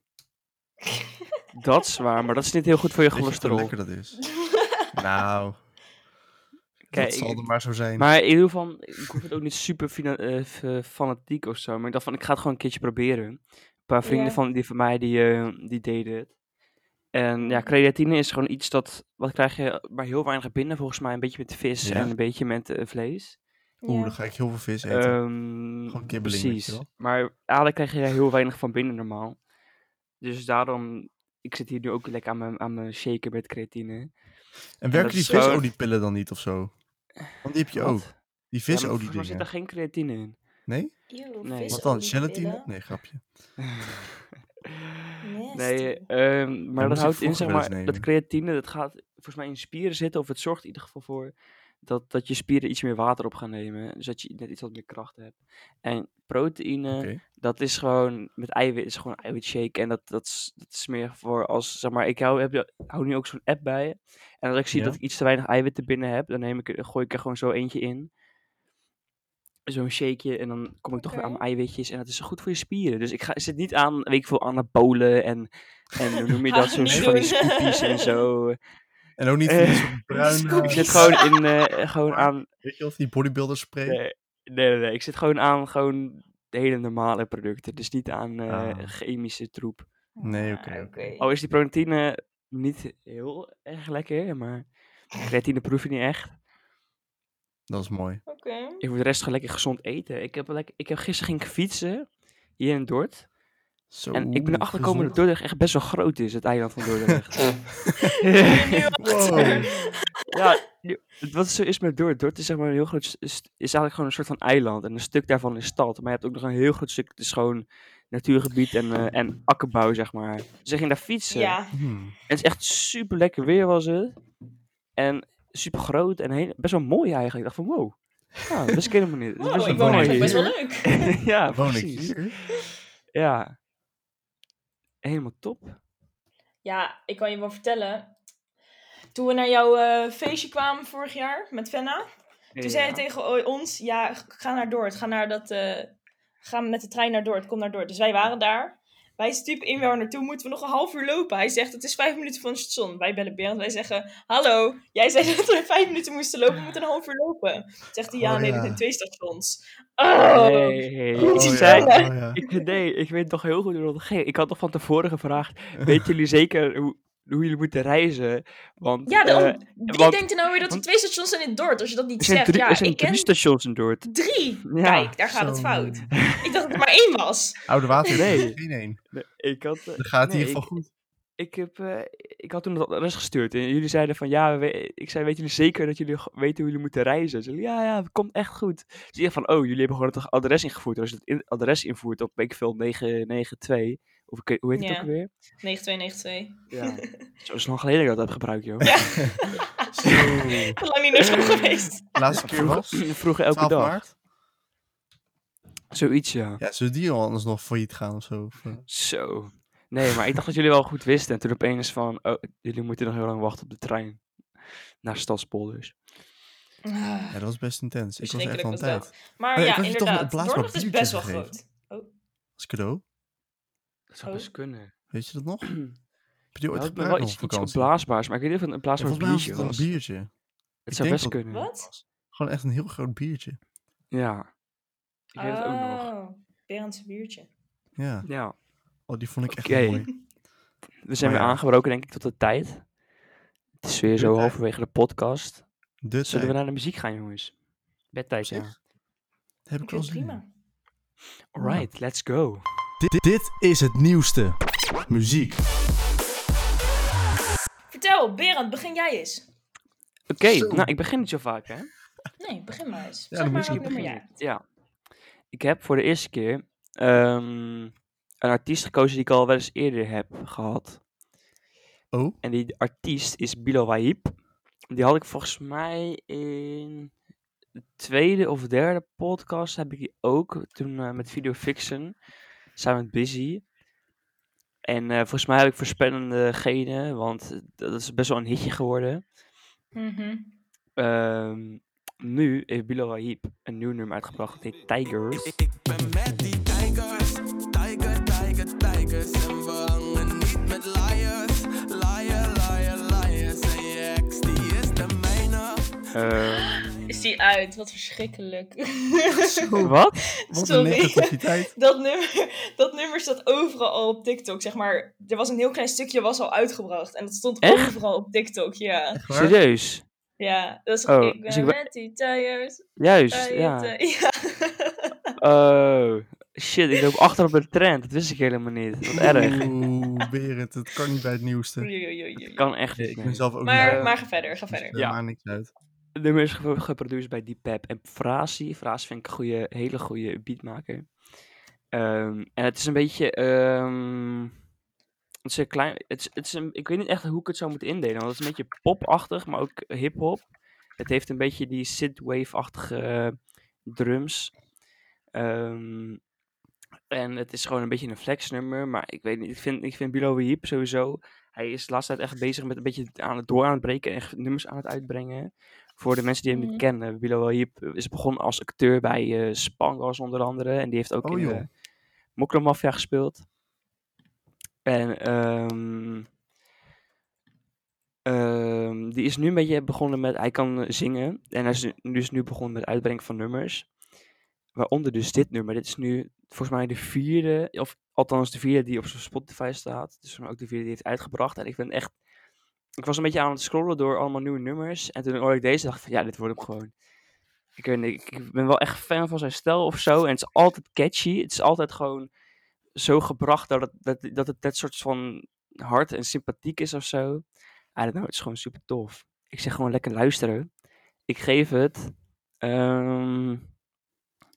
[SPEAKER 4] Dat is waar, maar dat is niet heel goed voor je
[SPEAKER 6] Weet je hoe
[SPEAKER 4] cholesterol.
[SPEAKER 6] lekker dat is? nou,
[SPEAKER 4] Kijk,
[SPEAKER 6] dat zal
[SPEAKER 4] ik-
[SPEAKER 6] er maar zo zijn.
[SPEAKER 4] Maar in ieder geval, ik hoef het ook niet super fina- eh, f- eh, fanatiek of zo. Maar ik dacht van, ik ga het gewoon een keertje proberen. Een paar vrienden
[SPEAKER 5] Ja.
[SPEAKER 4] van, die van mij, die, eh, die deden het. En ja, creatine is gewoon iets dat, wat krijg je maar heel weinig binnen. Volgens mij een beetje met vis
[SPEAKER 6] Ja.
[SPEAKER 4] en een beetje met eh, vlees.
[SPEAKER 6] Oeh,
[SPEAKER 5] Ja.
[SPEAKER 6] dan ga ik heel veel
[SPEAKER 4] Eh,
[SPEAKER 6] vis eten.
[SPEAKER 4] Ehm
[SPEAKER 6] Gewoon kibbeling, weet je
[SPEAKER 4] precies.
[SPEAKER 6] wel.
[SPEAKER 4] Maar eigenlijk krijg je daar heel weinig van binnen normaal. Dus daarom, ik zit hier nu ook lekker aan mijn, aan mijn shaker met creatine.
[SPEAKER 6] en werken
[SPEAKER 4] dat
[SPEAKER 6] die
[SPEAKER 4] is gewoon-
[SPEAKER 6] visoliepillen dan niet of zo? Want die heb je
[SPEAKER 4] Wat?
[SPEAKER 6] ook. Die
[SPEAKER 4] Ja, maar
[SPEAKER 6] visolie
[SPEAKER 4] volgens mij zit daar geen creatine in.
[SPEAKER 6] Nee?
[SPEAKER 5] Eeuw,
[SPEAKER 4] Nee.
[SPEAKER 5] vis
[SPEAKER 6] Wat dan?
[SPEAKER 5] ook niet
[SPEAKER 6] Gelatine?
[SPEAKER 5] willen.
[SPEAKER 6] Nee, grapje.
[SPEAKER 4] nee,
[SPEAKER 5] Nasty.
[SPEAKER 4] ehm,
[SPEAKER 6] moest
[SPEAKER 4] maar dat
[SPEAKER 6] ik
[SPEAKER 4] houdt in,
[SPEAKER 6] vroeger
[SPEAKER 4] zeg
[SPEAKER 6] wel eens
[SPEAKER 4] maar, dat
[SPEAKER 6] nemen.
[SPEAKER 4] creatine, dat gaat volgens mij in spieren zitten, of het zorgt in ieder geval voor dat, dat je spieren iets meer water op gaan nemen, dus dat je net iets wat meer kracht hebt. En proteïne,
[SPEAKER 6] Oké.
[SPEAKER 4] dat is gewoon, met eiwit, is gewoon eiwitshake, en dat, dat, is, dat is meer voor als, zeg maar, ik hou, heb, je- hou nu ook zo'n app bij, en als ik zie
[SPEAKER 6] Ja.
[SPEAKER 4] dat ik iets te weinig eiwitten binnen heb, dan neem ik, er- gooi ik er gewoon zo eentje in. Zo'n shakeje en dan kom ik toch weer aan
[SPEAKER 5] Oké.
[SPEAKER 4] mijn eiwitjes en dat is goed voor je spieren. Dus ik ga, zit niet aan, weet ik veel, anabolen en en hoe noem je
[SPEAKER 5] Ga
[SPEAKER 4] dat?
[SPEAKER 5] het
[SPEAKER 4] Zo'n
[SPEAKER 5] niet
[SPEAKER 4] van die
[SPEAKER 5] doen.
[SPEAKER 4] scoopies en zo.
[SPEAKER 6] En ook niet van
[SPEAKER 4] Eh,
[SPEAKER 6] die soort bruine...
[SPEAKER 4] Ik
[SPEAKER 5] Scoopies.
[SPEAKER 4] zit gewoon, in, eh, gewoon aan...
[SPEAKER 6] Weet je wel, die bodybuilder spray?
[SPEAKER 4] Nee. Nee, nee, nee. Ik zit gewoon aan gewoon de hele normale producten. Dus niet aan eh,
[SPEAKER 6] Ah.
[SPEAKER 4] chemische troep.
[SPEAKER 6] Nee, oké,
[SPEAKER 5] Ah,
[SPEAKER 6] oké.
[SPEAKER 4] Al Oh, is die proteïne niet heel erg lekker, maar creatine proef je niet echt.
[SPEAKER 6] Dat is mooi.
[SPEAKER 5] Oké.
[SPEAKER 4] Ik voor de rest gewoon lekker gezond eten. Ik heb, lekker, ik heb gisteren ging ik fietsen hier in Dort.
[SPEAKER 6] Zo
[SPEAKER 4] en ik ben erachter gekomen dat
[SPEAKER 6] gezond.
[SPEAKER 4] Dordrecht echt best wel groot is, het eiland van Dordrecht.
[SPEAKER 5] Nu achter.
[SPEAKER 6] Wow.
[SPEAKER 4] Ja, nu- het- wat het zo is met Dordt. Dordt is zeg maar een heel groot. st- st- is eigenlijk gewoon een soort van eiland. En een stuk daarvan is stad. Maar je hebt ook nog een heel groot stuk. Het is gewoon natuurgebied en, eh, en akkerbouw, zeg maar. Dus ik ging daar fietsen.
[SPEAKER 5] Ja,
[SPEAKER 6] Hmm.
[SPEAKER 4] En het is echt super lekker weer was het. En super groot en heel, best wel mooi eigenlijk. Ik dacht van wow. Ja, dat wist ik helemaal niet. Het is
[SPEAKER 5] Wow,
[SPEAKER 4] best wel
[SPEAKER 5] Oh, ik woon
[SPEAKER 4] mooi
[SPEAKER 5] eigenlijk best wel
[SPEAKER 4] hier.
[SPEAKER 5] leuk.
[SPEAKER 4] ja,
[SPEAKER 6] Woon ik
[SPEAKER 4] precies.
[SPEAKER 6] hier?
[SPEAKER 4] Ja. Helemaal top.
[SPEAKER 5] Ja, ik kan je wel vertellen. Toen we naar jouw eh, feestje kwamen vorig jaar met Fenna, toen zei
[SPEAKER 4] Ja.
[SPEAKER 5] hij tegen o- ons, ja, g- ga naar Dordt, ga, naar dat, eh, ga met de trein naar Dordt, kom naar Dordt. Dus wij waren daar. Wij stupen in waar we naartoe moeten, we nog een half uur lopen. Hij zegt, het is vijf minuten van het station. Wij bellen Berend, wij zeggen, hallo, jij zei dat we vijf minuten moesten lopen, we moeten een half uur lopen. Zegt hij, ja,
[SPEAKER 6] Oh,
[SPEAKER 5] nee,
[SPEAKER 6] ja.
[SPEAKER 5] er zijn twee stations. Oh,
[SPEAKER 4] Nee,
[SPEAKER 5] Oh,
[SPEAKER 4] ik
[SPEAKER 5] ja.
[SPEAKER 4] zei,
[SPEAKER 5] Oh,
[SPEAKER 6] oh ja.
[SPEAKER 4] ik, nee, ik weet nog heel goed hoe dat ging. Ik had nog van tevoren gevraagd, weten jullie zeker hoe, hoe jullie moeten reizen? Want
[SPEAKER 5] Ja, dan,
[SPEAKER 4] eh,
[SPEAKER 5] wie
[SPEAKER 4] want-
[SPEAKER 5] denkt er nou weer dat er
[SPEAKER 4] want-
[SPEAKER 5] twee stations zijn in Dordt, als je dat niet
[SPEAKER 4] er zijn,
[SPEAKER 5] zegt?
[SPEAKER 4] drie,
[SPEAKER 5] ja,
[SPEAKER 4] er zijn
[SPEAKER 5] ik ken
[SPEAKER 4] drie stations in Dordt.
[SPEAKER 5] drie.
[SPEAKER 4] Ja.
[SPEAKER 5] Kijk, daar gaat het
[SPEAKER 6] Zo. hmm.
[SPEAKER 5] fout. Ik dacht dat er maar één was.
[SPEAKER 6] Oude water
[SPEAKER 4] Nee.
[SPEAKER 6] nee. geen één.
[SPEAKER 4] Nee, Ik had, eh,
[SPEAKER 6] Dat gaat in
[SPEAKER 4] nee,
[SPEAKER 6] ieder geval
[SPEAKER 4] ik-
[SPEAKER 6] goed.
[SPEAKER 4] ik, heb, eh, ik had toen dat adres gestuurd. En jullie zeiden van, ja, we we- ik zei, weten jullie zeker dat jullie g- weten hoe jullie moeten reizen? Ze zeiden, ja, ja, het komt echt goed. Dus ik dacht van, oh, jullie hebben gewoon het adres ingevoerd. Als je het in- adres invoert op, weet ik veel, 992. Of ik- hoe heet het
[SPEAKER 5] Ja.
[SPEAKER 4] ook weer?
[SPEAKER 5] 9292.
[SPEAKER 4] Ja. Zo is lang geleden dat ik dat heb gebruikt, joh.
[SPEAKER 6] Zo.
[SPEAKER 5] Ik ben lang niet naar school geweest.
[SPEAKER 6] De laatste keer
[SPEAKER 4] Vroeger,
[SPEAKER 6] was
[SPEAKER 4] vroeger elke
[SPEAKER 6] 12
[SPEAKER 4] dag.
[SPEAKER 6] maart.
[SPEAKER 4] Zoiets, ja.
[SPEAKER 6] Ja, zullen die al anders nog failliet gaan of zo? Of, eh,
[SPEAKER 4] Zo. Nee, maar ik dacht dat jullie wel goed wisten. En toen opeens van, oh, jullie moeten nog heel lang wachten op de trein. Naar Stadspolders.
[SPEAKER 5] Ah,
[SPEAKER 6] Ja, dat was best intens. Ik was echt
[SPEAKER 5] verschrikkelijk
[SPEAKER 6] van
[SPEAKER 5] was
[SPEAKER 6] tijd.
[SPEAKER 5] dat. Maar
[SPEAKER 6] Nee, ik
[SPEAKER 5] ja,
[SPEAKER 6] had je toch een
[SPEAKER 5] inderdaad.
[SPEAKER 6] opblaasbaar
[SPEAKER 5] Dordrecht is
[SPEAKER 6] biertje
[SPEAKER 5] best wel
[SPEAKER 6] gegeven.
[SPEAKER 5] groot. Oh,
[SPEAKER 6] Als cadeau.
[SPEAKER 4] Dat zou
[SPEAKER 5] Oh.
[SPEAKER 4] best kunnen.
[SPEAKER 6] Weet je dat nog? Heb je die ooit
[SPEAKER 4] Nou,
[SPEAKER 6] gebruikt
[SPEAKER 4] wel
[SPEAKER 6] nog
[SPEAKER 4] iets,
[SPEAKER 6] op
[SPEAKER 4] iets
[SPEAKER 6] vakantie?
[SPEAKER 4] opblaasbaars, maar ik weet niet of het een
[SPEAKER 6] Ja,
[SPEAKER 4] blaasbaar
[SPEAKER 6] volgens mij was
[SPEAKER 4] biertje
[SPEAKER 6] het een
[SPEAKER 4] was.
[SPEAKER 6] biertje.
[SPEAKER 4] Het zou
[SPEAKER 6] denk
[SPEAKER 4] best
[SPEAKER 6] dat-
[SPEAKER 4] kunnen.
[SPEAKER 5] wat?
[SPEAKER 6] Gewoon echt een heel groot biertje.
[SPEAKER 4] Ja. Ik weet het ook nog.
[SPEAKER 5] Oh, Berendse biertje.
[SPEAKER 6] Ja.
[SPEAKER 4] Ja.
[SPEAKER 6] Oh, die vond ik echt
[SPEAKER 4] Oké.
[SPEAKER 6] mooi.
[SPEAKER 4] We zijn
[SPEAKER 6] Maar
[SPEAKER 4] weer
[SPEAKER 6] ja.
[SPEAKER 4] aangebroken, denk ik, tot de tijd. Het is weer zo
[SPEAKER 6] Bedtijd.
[SPEAKER 4] halverwege de podcast.
[SPEAKER 6] De
[SPEAKER 4] Zullen
[SPEAKER 6] tijd.
[SPEAKER 4] we naar de muziek gaan, jongens? Bedtijd, ja.
[SPEAKER 6] Heb ik
[SPEAKER 5] Ik
[SPEAKER 6] wel
[SPEAKER 5] vind
[SPEAKER 6] zin
[SPEAKER 5] het
[SPEAKER 6] in.
[SPEAKER 5] prima.
[SPEAKER 4] Alright, let's go.
[SPEAKER 6] Dit, dit is het nieuwste. Muziek.
[SPEAKER 5] Vertel, Berend, begin jij eens.
[SPEAKER 4] Oké,
[SPEAKER 6] Zo.
[SPEAKER 4] nou, ik begin niet zo vaak, hè?
[SPEAKER 5] Nee, begin maar eens.
[SPEAKER 6] Ja,
[SPEAKER 5] zeg
[SPEAKER 6] dan
[SPEAKER 5] maar
[SPEAKER 6] moet je
[SPEAKER 5] welk nummer
[SPEAKER 4] beginnen.
[SPEAKER 5] jij hebt.
[SPEAKER 4] Ja. Ik heb voor de eerste keer ehm, een artiest gekozen die ik al wel eens eerder heb gehad.
[SPEAKER 6] Oh,
[SPEAKER 4] En die artiest is Bilal Wahib. Die had ik volgens mij in de tweede of derde podcast heb ik die ook. Toen eh, met Video Fiction. Samen met Busy. En eh, volgens mij heb ik voorspellende genen. Want eh, dat is best wel een hitje geworden.
[SPEAKER 5] Mhm.
[SPEAKER 4] Ehm, nu heeft Bilal Wahib een nieuw nummer uitgebracht. Dat heet Tigers.
[SPEAKER 2] Ik ben met die tigers, tiger, tiger, tigers. En we hangen niet met liars, liar, liar, liars. En je ex, die is de mijne.
[SPEAKER 4] Ehm,
[SPEAKER 5] Is die uit? Wat verschrikkelijk.
[SPEAKER 4] wat?
[SPEAKER 6] wat
[SPEAKER 5] Sorry.
[SPEAKER 6] een negativiteit.
[SPEAKER 5] dat, nummer, dat nummer staat overal al op TikTok. Zeg maar, er was een heel klein stukje was al uitgebracht. En dat stond
[SPEAKER 4] Echt?
[SPEAKER 5] overal op TikTok, ja.
[SPEAKER 6] Echt waar?
[SPEAKER 4] Serieus?
[SPEAKER 5] Ja, dat is
[SPEAKER 4] Oh,
[SPEAKER 5] ik ben
[SPEAKER 4] dus ik ben-
[SPEAKER 5] met die tires.
[SPEAKER 4] Juist,
[SPEAKER 5] tires,
[SPEAKER 4] ja.
[SPEAKER 5] tires. ja.
[SPEAKER 4] Oh, shit, ik loop achter op de trend. Dat wist ik helemaal niet. Wat erg.
[SPEAKER 6] Oeh, Berend, het kan niet bij het nieuwste.
[SPEAKER 5] Oei, oei, oei, oei.
[SPEAKER 4] Kan echt
[SPEAKER 6] Nee,
[SPEAKER 4] niet.
[SPEAKER 6] Eh, ik
[SPEAKER 4] nee.
[SPEAKER 6] ben zelf ook
[SPEAKER 5] Maar,
[SPEAKER 4] Ja.
[SPEAKER 5] maar ga verder, ga
[SPEAKER 6] dus
[SPEAKER 5] verder.
[SPEAKER 6] het
[SPEAKER 4] Ja.
[SPEAKER 6] maakt niks uit.
[SPEAKER 4] Het nummer is gepro- geproduceerd bij Deep Pep en Frasi. Frasi vind ik een goede, hele goede beatmaker. Ehm, en het is een beetje... ehm, het is een klein, het is, het is een, ik weet niet echt hoe ik het zou moeten indelen. Want het is een beetje popachtig, maar ook hip-hop. Het heeft een beetje die synthwave-achtige eh, drums. Ehm, en het is gewoon een beetje een flexnummer. Maar ik weet niet, ik vind, ik vind Bilo Weep sowieso... Hij is de laatste tijd echt bezig met een beetje aan het door aan het breken en echt nummers aan het uitbrengen. Voor de mensen die hem niet
[SPEAKER 5] Mhm.
[SPEAKER 4] kennen, Bilal Wahib is begonnen als acteur bij eh Spangas onder andere. En die heeft ook
[SPEAKER 6] Oh,
[SPEAKER 4] in
[SPEAKER 6] joh.
[SPEAKER 4] de Mokro Mafia gespeeld. En ehm, ehm, die is nu een beetje begonnen met, hij kan eh, zingen. En hij is nu- nu, is nu begonnen met het uitbrengen van nummers. Waaronder dus dit nummer. Dit is nu volgens mij de vierde, of althans de vierde die op zijn Spotify staat. Dus ook de vierde die heeft uitgebracht. En ik ben echt ik was een beetje aan het scrollen door allemaal nieuwe nummers. En toen hoorde ik deze dacht ik van ja, dit wordt hem gewoon. Ik, weet niet, ik ben wel echt fan van zijn stijl of zo. En het is altijd catchy. Het is altijd gewoon zo gebracht dat het, dat, dat het net soort van hard en sympathiek is of zo. I don't know, het is gewoon super tof. Ik zeg gewoon lekker luisteren. Ik geef het, ehm,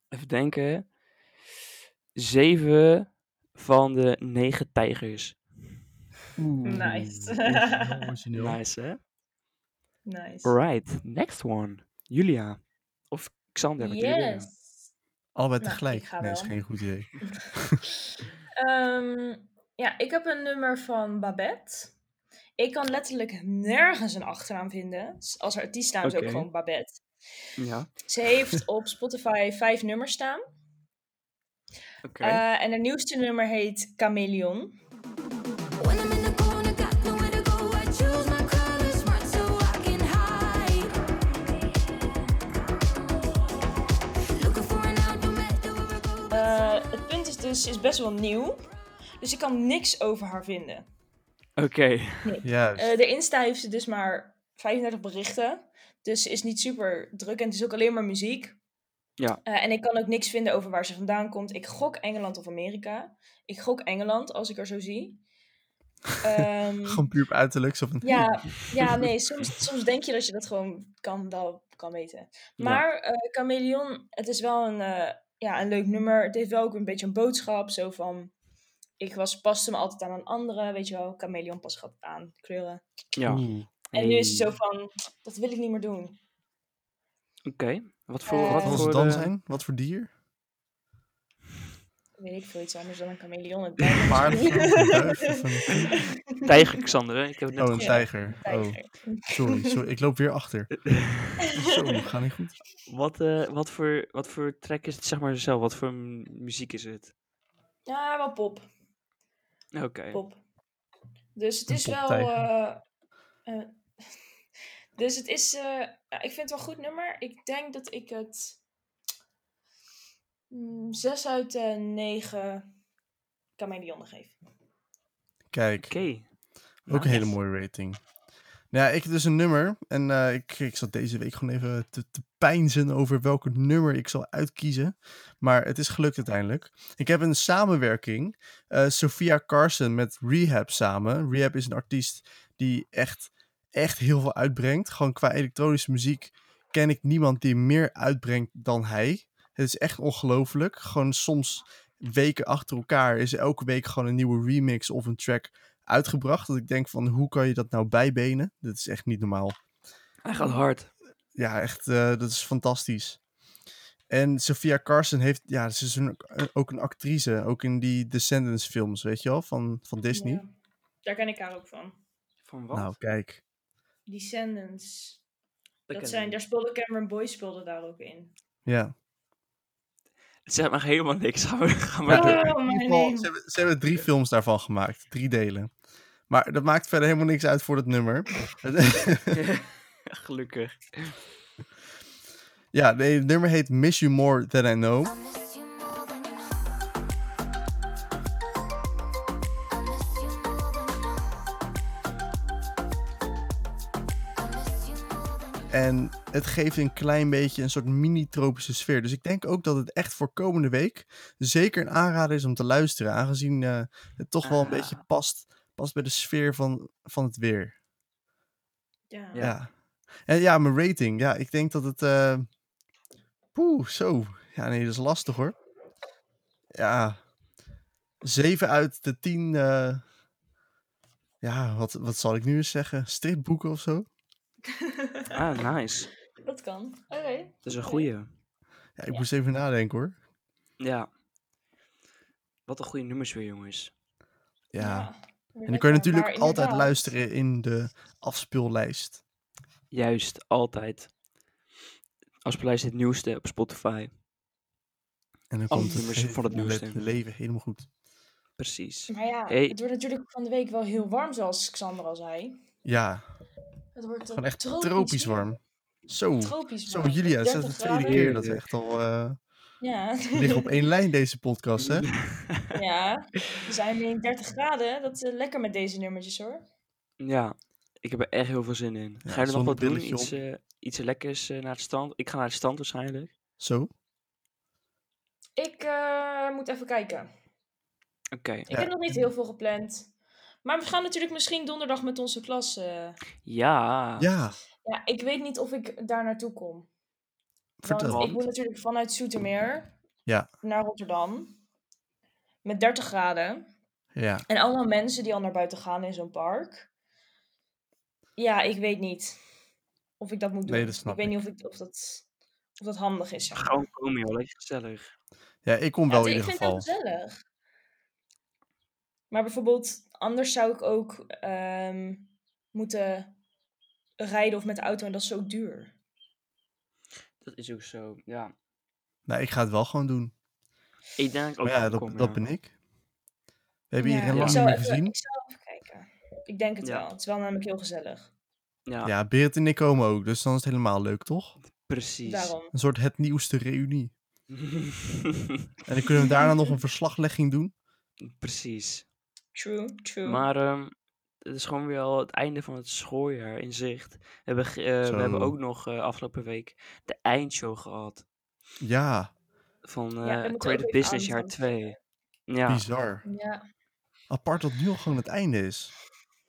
[SPEAKER 4] even denken, 7 van de negen tijgers.
[SPEAKER 5] Nice.
[SPEAKER 6] Origineel, origineel.
[SPEAKER 4] Nice, hè?
[SPEAKER 5] Nice.
[SPEAKER 4] Alright, next one. Julia. Of Xander. wat willen jullie?
[SPEAKER 3] Yes.
[SPEAKER 6] Allebei
[SPEAKER 3] Nou,
[SPEAKER 6] tegelijk.
[SPEAKER 3] ik ga
[SPEAKER 6] nee, is
[SPEAKER 3] wel.
[SPEAKER 6] geen goed idee.
[SPEAKER 3] Ehm, ja, ik heb een nummer van Babette.
[SPEAKER 5] Ik kan letterlijk nergens een achternaam vinden. Als artiestnaam is
[SPEAKER 4] Oké.
[SPEAKER 5] ook gewoon Babette.
[SPEAKER 4] Ja,
[SPEAKER 5] Ze heeft op Spotify vijf nummers staan.
[SPEAKER 4] oké.
[SPEAKER 5] Eh, en haar nieuwste nummer heet Chameleon.
[SPEAKER 7] When I'm in the corner, got nowhere to go. I choose my colors smart so I can hide. Looking for an out, no matter where I go.
[SPEAKER 5] Eh, het punt is dus, ze is best wel nieuw. Dus ik kan niks over haar vinden.
[SPEAKER 4] Oké,
[SPEAKER 6] Juist.
[SPEAKER 5] Eh, de Insta heeft ze dus maar 35 berichten. Dus ze is niet super druk en het is ook alleen maar muziek.
[SPEAKER 4] Ja.
[SPEAKER 5] Eh, en ik kan ook niks vinden over waar ze vandaan komt. Ik gok Engeland of Amerika. Ik gok Engeland als ik haar zo zie. Ehm,
[SPEAKER 6] Gewoon puur op uiterlijk. Zo van,
[SPEAKER 5] ja, ja, nee, soms, soms denk je dat je dat gewoon kan, wel kan weten.
[SPEAKER 4] Ja.
[SPEAKER 5] Maar eh, Chameleon, het is wel een, eh, ja, een leuk nummer. Het heeft wel ook een beetje een boodschap. Zo van, ik was, paste me altijd aan een andere. Weet je wel, Chameleon past altijd aan kleuren.
[SPEAKER 4] ja.
[SPEAKER 6] Oeh.
[SPEAKER 5] En nu is het
[SPEAKER 4] Hey.
[SPEAKER 5] zo van, dat wil ik niet meer doen.
[SPEAKER 4] Oké, wat voor... wat
[SPEAKER 5] Eh,
[SPEAKER 6] Wat
[SPEAKER 5] Wat
[SPEAKER 6] was
[SPEAKER 4] voor
[SPEAKER 6] het dan
[SPEAKER 4] eh,
[SPEAKER 6] zijn? Wat voor dier?
[SPEAKER 5] Weet ik veel iets anders dan een chameleon. Het blijft een
[SPEAKER 6] Paard of een duif of een-
[SPEAKER 4] Tijger, Xander. hè? Ik heb het net
[SPEAKER 6] Oh, een
[SPEAKER 4] gezegd.
[SPEAKER 6] tijger. Oh,
[SPEAKER 5] tijger.
[SPEAKER 6] sorry, sorry. Ik loop weer achter. Sorry, gaat niet goed.
[SPEAKER 4] Wat, eh, wat, voor, wat voor track is het, zeg maar zelf? Wat voor mu- muziek is het?
[SPEAKER 5] Ja, wel pop.
[SPEAKER 4] Oké.
[SPEAKER 5] pop. Dus het
[SPEAKER 6] Een
[SPEAKER 5] is wel...
[SPEAKER 6] poptijger.
[SPEAKER 5] eh, eh, dus het is... eh, ja, ik vind het wel een goed nummer. Ik denk dat ik het... 6 uit de 9 chameleonen geef.
[SPEAKER 6] Kijk,
[SPEAKER 4] Oké.
[SPEAKER 6] ook een hele mooie rating. Nou ja, ik heb dus een nummer. En eh, ik, ik zat deze week gewoon even te, te pijnzen over welk nummer ik zal uitkiezen. Maar het is gelukt uiteindelijk. Ik heb een samenwerking. eh Sophia Carson met Rehab samen. Rehab is een artiest die echt, echt heel veel uitbrengt. Gewoon qua elektronische muziek ken ik niemand die meer uitbrengt dan hij. Het is echt ongelooflijk. Gewoon soms weken achter elkaar is elke week gewoon een nieuwe remix of een track uitgebracht. Dat ik denk van, hoe kan je dat nou bijbenen? Dat is echt niet normaal.
[SPEAKER 4] Hij gaat hard.
[SPEAKER 6] Ja, echt, eh, dat is fantastisch. En Sophia Carson heeft, ja, ze is een, ook een actrice. Ook in die Descendants films, weet je wel, van, van Disney.
[SPEAKER 5] Ja. Daar ken ik haar ook van.
[SPEAKER 4] Van wat?
[SPEAKER 6] Nou, kijk.
[SPEAKER 5] Descendants.
[SPEAKER 4] Dat
[SPEAKER 5] Dat
[SPEAKER 4] ken
[SPEAKER 5] zijn,
[SPEAKER 4] ik
[SPEAKER 5] daar speelde Cameron Boy speelde daar ook in.
[SPEAKER 6] Ja.
[SPEAKER 4] niet. Zeg maar helemaal niks. Gaan we, gaan we door.
[SPEAKER 5] Oh,
[SPEAKER 6] In
[SPEAKER 5] mijn
[SPEAKER 6] ieder geval,
[SPEAKER 5] hemel.
[SPEAKER 6] ze, hebben, ze hebben drie films daarvan gemaakt. Drie delen. Maar dat maakt verder helemaal niks uit voor dat nummer.
[SPEAKER 4] Gelukkig.
[SPEAKER 6] ja, nee, het nummer heet Miss You More Than I Know.
[SPEAKER 7] I miss you more than you know. I miss you more than you know. I miss you more than you know.
[SPEAKER 6] En het geeft een klein beetje een soort mini-tropische sfeer. Dus ik denk ook dat het echt voor komende week zeker een aanrader is om te luisteren. Aangezien eh, het toch wel een
[SPEAKER 4] Ah.
[SPEAKER 6] beetje past, past bij de sfeer van, van het weer.
[SPEAKER 5] Ja.
[SPEAKER 6] Ja. En ja, mijn rating. Ja, ik denk dat het... eh Poeh, zo. Ja, nee, dat is lastig hoor. Ja. 7 uit de 10. eh, Ja, wat, wat zal ik nu eens zeggen? Stripboeken of zo?
[SPEAKER 4] Ah, nice.
[SPEAKER 5] Dat kan. Oké.
[SPEAKER 4] Dat is een goeie.
[SPEAKER 6] Ja, ik moest even nadenken hoor.
[SPEAKER 4] Ja. Wat een goede nummers weer, jongens.
[SPEAKER 6] ja.
[SPEAKER 5] weer
[SPEAKER 6] En dan kun je
[SPEAKER 5] lekker,
[SPEAKER 6] natuurlijk
[SPEAKER 5] maar
[SPEAKER 6] altijd
[SPEAKER 5] inderdaad.
[SPEAKER 6] luisteren in de afspeellijst.
[SPEAKER 4] Juist, altijd. Afspeellijst is het nieuwste op Spotify.
[SPEAKER 6] En dan
[SPEAKER 5] Oh,
[SPEAKER 4] Alle
[SPEAKER 6] komt
[SPEAKER 4] nummers
[SPEAKER 6] het
[SPEAKER 4] van het nieuwste.
[SPEAKER 6] hele leven helemaal goed.
[SPEAKER 4] Precies.
[SPEAKER 5] Maar ja,
[SPEAKER 4] Hey.
[SPEAKER 5] het wordt natuurlijk van de week wel heel warm, zoals Xander al zei.
[SPEAKER 6] Ja,
[SPEAKER 5] Het wordt
[SPEAKER 6] gewoon echt tropisch warm. Zo,
[SPEAKER 5] Tropisch warm.
[SPEAKER 6] zo Julia, het is de
[SPEAKER 5] 30
[SPEAKER 6] tweede
[SPEAKER 5] graden.
[SPEAKER 6] keer dat we echt al eh
[SPEAKER 5] Ja.
[SPEAKER 6] liggen op één lijn deze podcast, hè?
[SPEAKER 5] ja, we zijn in 30 graden. Dat is lekker met deze nummertjes hoor.
[SPEAKER 4] Ja, ik heb er echt heel veel zin in. Ga je er nog wat doen?
[SPEAKER 6] zonnebrilletje
[SPEAKER 4] Iets, eh, iets lekkers eh, naar het strand? Ik ga naar het strand waarschijnlijk.
[SPEAKER 6] Zo.
[SPEAKER 5] Ik eh, moet even kijken.
[SPEAKER 4] Oké.
[SPEAKER 5] Ik heb nog niet heel veel gepland. Maar we gaan natuurlijk misschien donderdag met onze klas. eh.
[SPEAKER 4] Ja.
[SPEAKER 6] Ja,
[SPEAKER 5] Ja, ik weet niet of ik daar naartoe kom. Want
[SPEAKER 6] vertel.
[SPEAKER 5] ik moet natuurlijk vanuit Zoetermeer
[SPEAKER 6] Ja.
[SPEAKER 5] naar Rotterdam. met 30 graden.
[SPEAKER 6] Ja.
[SPEAKER 5] En allemaal mensen die al naar buiten gaan in zo'n park. Ja, ik weet niet of ik dat moet doen.
[SPEAKER 6] Nee, dat snap
[SPEAKER 5] weet
[SPEAKER 6] ik.
[SPEAKER 5] niet of, ik, of, dat, of dat handig is. zeg maar.
[SPEAKER 4] Gewoon komen joh, lekker gezellig.
[SPEAKER 6] Ja, ik kom
[SPEAKER 5] Ja,
[SPEAKER 6] wel
[SPEAKER 5] het-
[SPEAKER 6] in ieder
[SPEAKER 5] ik
[SPEAKER 6] geval.
[SPEAKER 5] vind dus- het wel gezellig. Maar bijvoorbeeld, anders zou ik ook ehm, moeten rijden of met de auto en dat is ook duur.
[SPEAKER 4] Dat is ook zo, ja.
[SPEAKER 6] Nou, ik ga het wel gewoon doen.
[SPEAKER 4] Ik denk ook
[SPEAKER 6] maar ja, dat,
[SPEAKER 4] Oh, kom,
[SPEAKER 6] dat ben ik. We hebben
[SPEAKER 5] Ja,
[SPEAKER 6] hier heel
[SPEAKER 5] ik
[SPEAKER 6] lang niet
[SPEAKER 5] zou
[SPEAKER 6] meer
[SPEAKER 5] even-
[SPEAKER 6] gezien.
[SPEAKER 5] Ik zou even kijken. Ik denk het
[SPEAKER 4] Ja.
[SPEAKER 5] wel. Het is wel namelijk heel gezellig.
[SPEAKER 4] Ja,
[SPEAKER 6] Ja, Berit en ik komen ook, dus dan is het helemaal leuk, toch?
[SPEAKER 4] precies.
[SPEAKER 5] Daarom.
[SPEAKER 6] Een soort het nieuwste reunie. En dan kunnen we daarna nog een verslaglegging doen.
[SPEAKER 4] precies.
[SPEAKER 5] True, true.
[SPEAKER 4] Maar ehm, het is gewoon weer al het einde van het schooljaar in zicht. We hebben, ge- eh, we hebben
[SPEAKER 6] Zo.
[SPEAKER 4] ook nog eh, afgelopen week de eindshow gehad
[SPEAKER 6] Ja,
[SPEAKER 4] van
[SPEAKER 5] daar
[SPEAKER 4] eh,
[SPEAKER 5] moeten we
[SPEAKER 4] Creative
[SPEAKER 5] ook even
[SPEAKER 4] Business jaar
[SPEAKER 5] aandacht aan
[SPEAKER 4] 2. Ja,
[SPEAKER 6] bizar.
[SPEAKER 5] ja.
[SPEAKER 6] Apart dat nu al gewoon het einde is.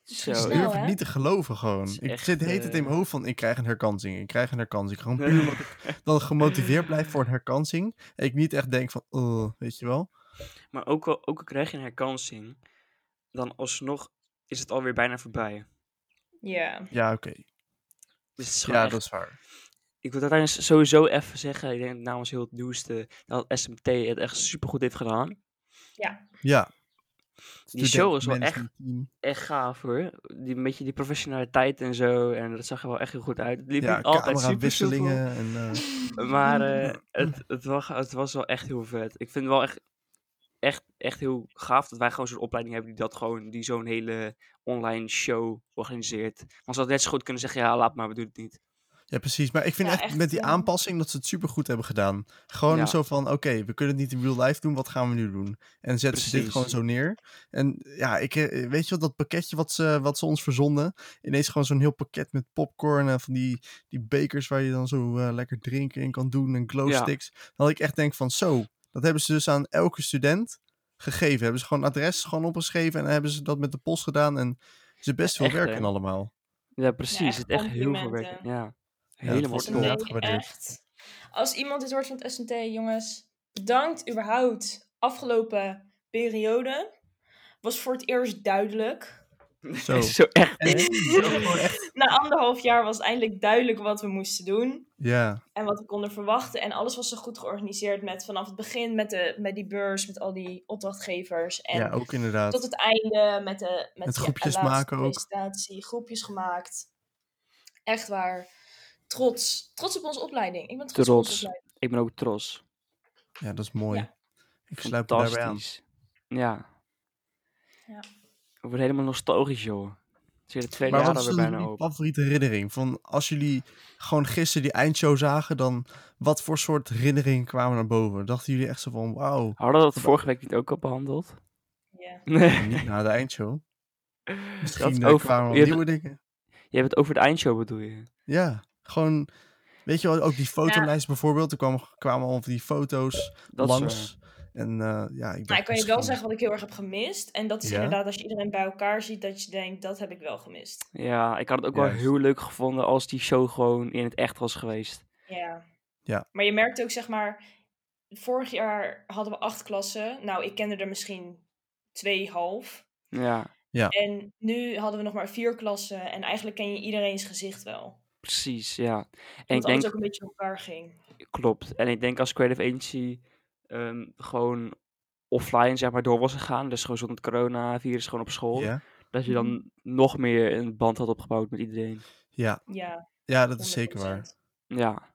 [SPEAKER 4] zo.
[SPEAKER 6] Ik
[SPEAKER 5] Snel,
[SPEAKER 6] durf het
[SPEAKER 5] hè?
[SPEAKER 6] niet te geloven gewoon.
[SPEAKER 4] Het is
[SPEAKER 6] Ik
[SPEAKER 4] echt,
[SPEAKER 6] zit de hele tijd in
[SPEAKER 4] eh,
[SPEAKER 6] mijn hoofd van, ik krijg een herkansing, ik krijg een herkansing. Gewoon puur omdat ik dan gemotiveerd blijf voor een herkansing. En ik niet echt denk van, oh, weet je wel.
[SPEAKER 4] Maar ook al, ook al krijg je een herkansing, dan alsnog is het alweer bijna voorbij.
[SPEAKER 5] Ja.
[SPEAKER 6] Ja, oké.
[SPEAKER 4] Dus het is gewoon
[SPEAKER 6] Ja,
[SPEAKER 4] echt-
[SPEAKER 6] dat is waar.
[SPEAKER 4] Ik wil dat eigenlijk sowieso even zeggen, ik denk namens heel het nieuwste, dat SMT het echt supergoed heeft gedaan.
[SPEAKER 6] Ja.
[SPEAKER 4] Die show is wel echt-
[SPEAKER 6] Studentenmanagementteam.
[SPEAKER 4] Echt gaaf hoor. Die, een beetje die professionaliteit en zo. En dat zag er wel echt heel goed uit. Het liep
[SPEAKER 6] Ja,
[SPEAKER 4] niet altijd super soepel.
[SPEAKER 6] camerawisselingen en... eh,
[SPEAKER 4] Maar eh, het, het, was, het was wel echt heel vet. Ik vind het wel echt, echt, echt heel gaaf dat wij gewoon zo'n opleiding hebben die dat gewoon, die zo'n hele online show organiseert. Want ze had net zo goed kunnen zeggen, ja, laat maar, we doen het niet.
[SPEAKER 6] Ja, precies. Maar ik vind
[SPEAKER 5] Ja,
[SPEAKER 6] echt,
[SPEAKER 5] echt,
[SPEAKER 6] met die
[SPEAKER 5] ja.
[SPEAKER 6] aanpassing dat ze het supergoed hebben gedaan. Gewoon
[SPEAKER 4] Ja.
[SPEAKER 6] zo van, oké, we kunnen het niet in real life doen, wat gaan we nu doen? En zetten ze dit
[SPEAKER 4] Precies.
[SPEAKER 6] gewoon zo neer. En ja, ik, eh, weet je wat, dat pakketje wat ze, wat ze ons verzonden? Ineens gewoon zo'n heel pakket met popcorn en van die, die bekers waar je dan zo eh, lekker drinken in kan doen en glow
[SPEAKER 4] Ja.
[SPEAKER 6] sticks. Dat ik echt denk van, zo, dat hebben ze dus aan elke student gegeven. Hebben ze gewoon adres gewoon opgeschreven en hebben ze dat met de post gedaan. En ze best veel
[SPEAKER 4] Echt,
[SPEAKER 6] werk
[SPEAKER 4] hè?
[SPEAKER 6] in allemaal.
[SPEAKER 4] Ja, precies.
[SPEAKER 5] echt
[SPEAKER 4] het echt heel veel
[SPEAKER 5] complimenten.
[SPEAKER 4] werk. in. Ja,
[SPEAKER 6] dat
[SPEAKER 4] helemaal
[SPEAKER 6] wordt
[SPEAKER 4] top.
[SPEAKER 6] inderdaad
[SPEAKER 5] SMT,
[SPEAKER 6] gewaardeerd.
[SPEAKER 5] echt. Als iemand dit hoort van het SNT, jongens, bedankt überhaupt. Afgelopen periode was voor het eerst duidelijk.
[SPEAKER 6] Zo.
[SPEAKER 4] Zo echt.
[SPEAKER 5] Na anderhalf jaar was eindelijk duidelijk wat we moesten doen.
[SPEAKER 6] Ja,
[SPEAKER 5] en wat we konden verwachten. En alles was zo goed georganiseerd met vanaf het begin met, de, met die beurs, met al die opdrachtgevers. En
[SPEAKER 6] ja, ook inderdaad.
[SPEAKER 5] tot het einde met de met
[SPEAKER 6] Met
[SPEAKER 5] die
[SPEAKER 6] groepjes
[SPEAKER 5] laatste
[SPEAKER 6] maken ook.
[SPEAKER 5] presentatie, groepjes gemaakt. Echt waar. Trots. Trots op onze opleiding. Ik ben trots, op onze
[SPEAKER 4] Trots.
[SPEAKER 5] opleiding.
[SPEAKER 4] Ik ben ook trots.
[SPEAKER 6] Ja, dat is mooi.
[SPEAKER 5] Ja.
[SPEAKER 6] Ik sluit me daarbij aan.
[SPEAKER 4] Fantastisch. Ja.
[SPEAKER 5] Ja.
[SPEAKER 4] Ik word helemaal nostalgisch, joh. Het is weer de tweede
[SPEAKER 6] Maar
[SPEAKER 4] jaar
[SPEAKER 6] wat is
[SPEAKER 4] alweer
[SPEAKER 6] dan
[SPEAKER 4] bijna
[SPEAKER 6] jullie
[SPEAKER 4] op.
[SPEAKER 6] favoriete herinnering? Van als jullie gewoon gisteren die eindshow zagen, dan wat voor soort herinneringen kwamen naar boven? Dachten jullie echt zo van, wauw,
[SPEAKER 4] Hadden we dat vorige week niet ook al behandeld?
[SPEAKER 5] Ja.
[SPEAKER 4] Nee.
[SPEAKER 6] niet na de eindshow? Misschien
[SPEAKER 4] Dat
[SPEAKER 6] eh,
[SPEAKER 4] over-
[SPEAKER 6] kwamen
[SPEAKER 4] je
[SPEAKER 6] er
[SPEAKER 4] hebt-
[SPEAKER 6] nieuwe dingen.
[SPEAKER 4] Je hebt het over de eindshow, bedoel je?
[SPEAKER 6] Ja, gewoon, weet je wel, ook die fotolijst bijvoorbeeld. Er kwamen, kwamen al van die foto's
[SPEAKER 4] Dat is waar.
[SPEAKER 6] langs. En eh, ja, ik dacht
[SPEAKER 5] Maar Nou, ik kan je wel
[SPEAKER 6] misschien-
[SPEAKER 5] zeggen wat ik heel erg heb gemist. En dat is
[SPEAKER 6] Ja?
[SPEAKER 5] inderdaad als je iedereen bij elkaar ziet, dat je denkt, dat heb ik wel gemist.
[SPEAKER 4] Ja, ik had het ook wel
[SPEAKER 6] Juist.
[SPEAKER 4] heel leuk gevonden als die show gewoon in het echt was geweest.
[SPEAKER 5] Ja.
[SPEAKER 6] Ja.
[SPEAKER 5] Maar je merkt ook, zeg maar, vorig jaar hadden we acht klassen. Nou, ik kende er misschien twee half.
[SPEAKER 4] Ja,
[SPEAKER 5] En nu hadden we nog maar vier klassen en eigenlijk ken je iedereen's gezicht wel.
[SPEAKER 4] precies, ja. En
[SPEAKER 5] En
[SPEAKER 4] ik
[SPEAKER 5] dat alles
[SPEAKER 4] denk,
[SPEAKER 5] ook een beetje op elkaar ging.
[SPEAKER 4] klopt. En ik denk als Creative Agency ehm, gewoon offline, zeg maar, door was gegaan, dus gewoon zonder het coronavirus, gewoon op school,
[SPEAKER 6] Ja,
[SPEAKER 4] dat je dan nog meer een band had opgebouwd met iedereen.
[SPEAKER 6] ja,
[SPEAKER 5] Ja,
[SPEAKER 6] ja, dat is zeker waar.
[SPEAKER 5] 100%.
[SPEAKER 4] Ja,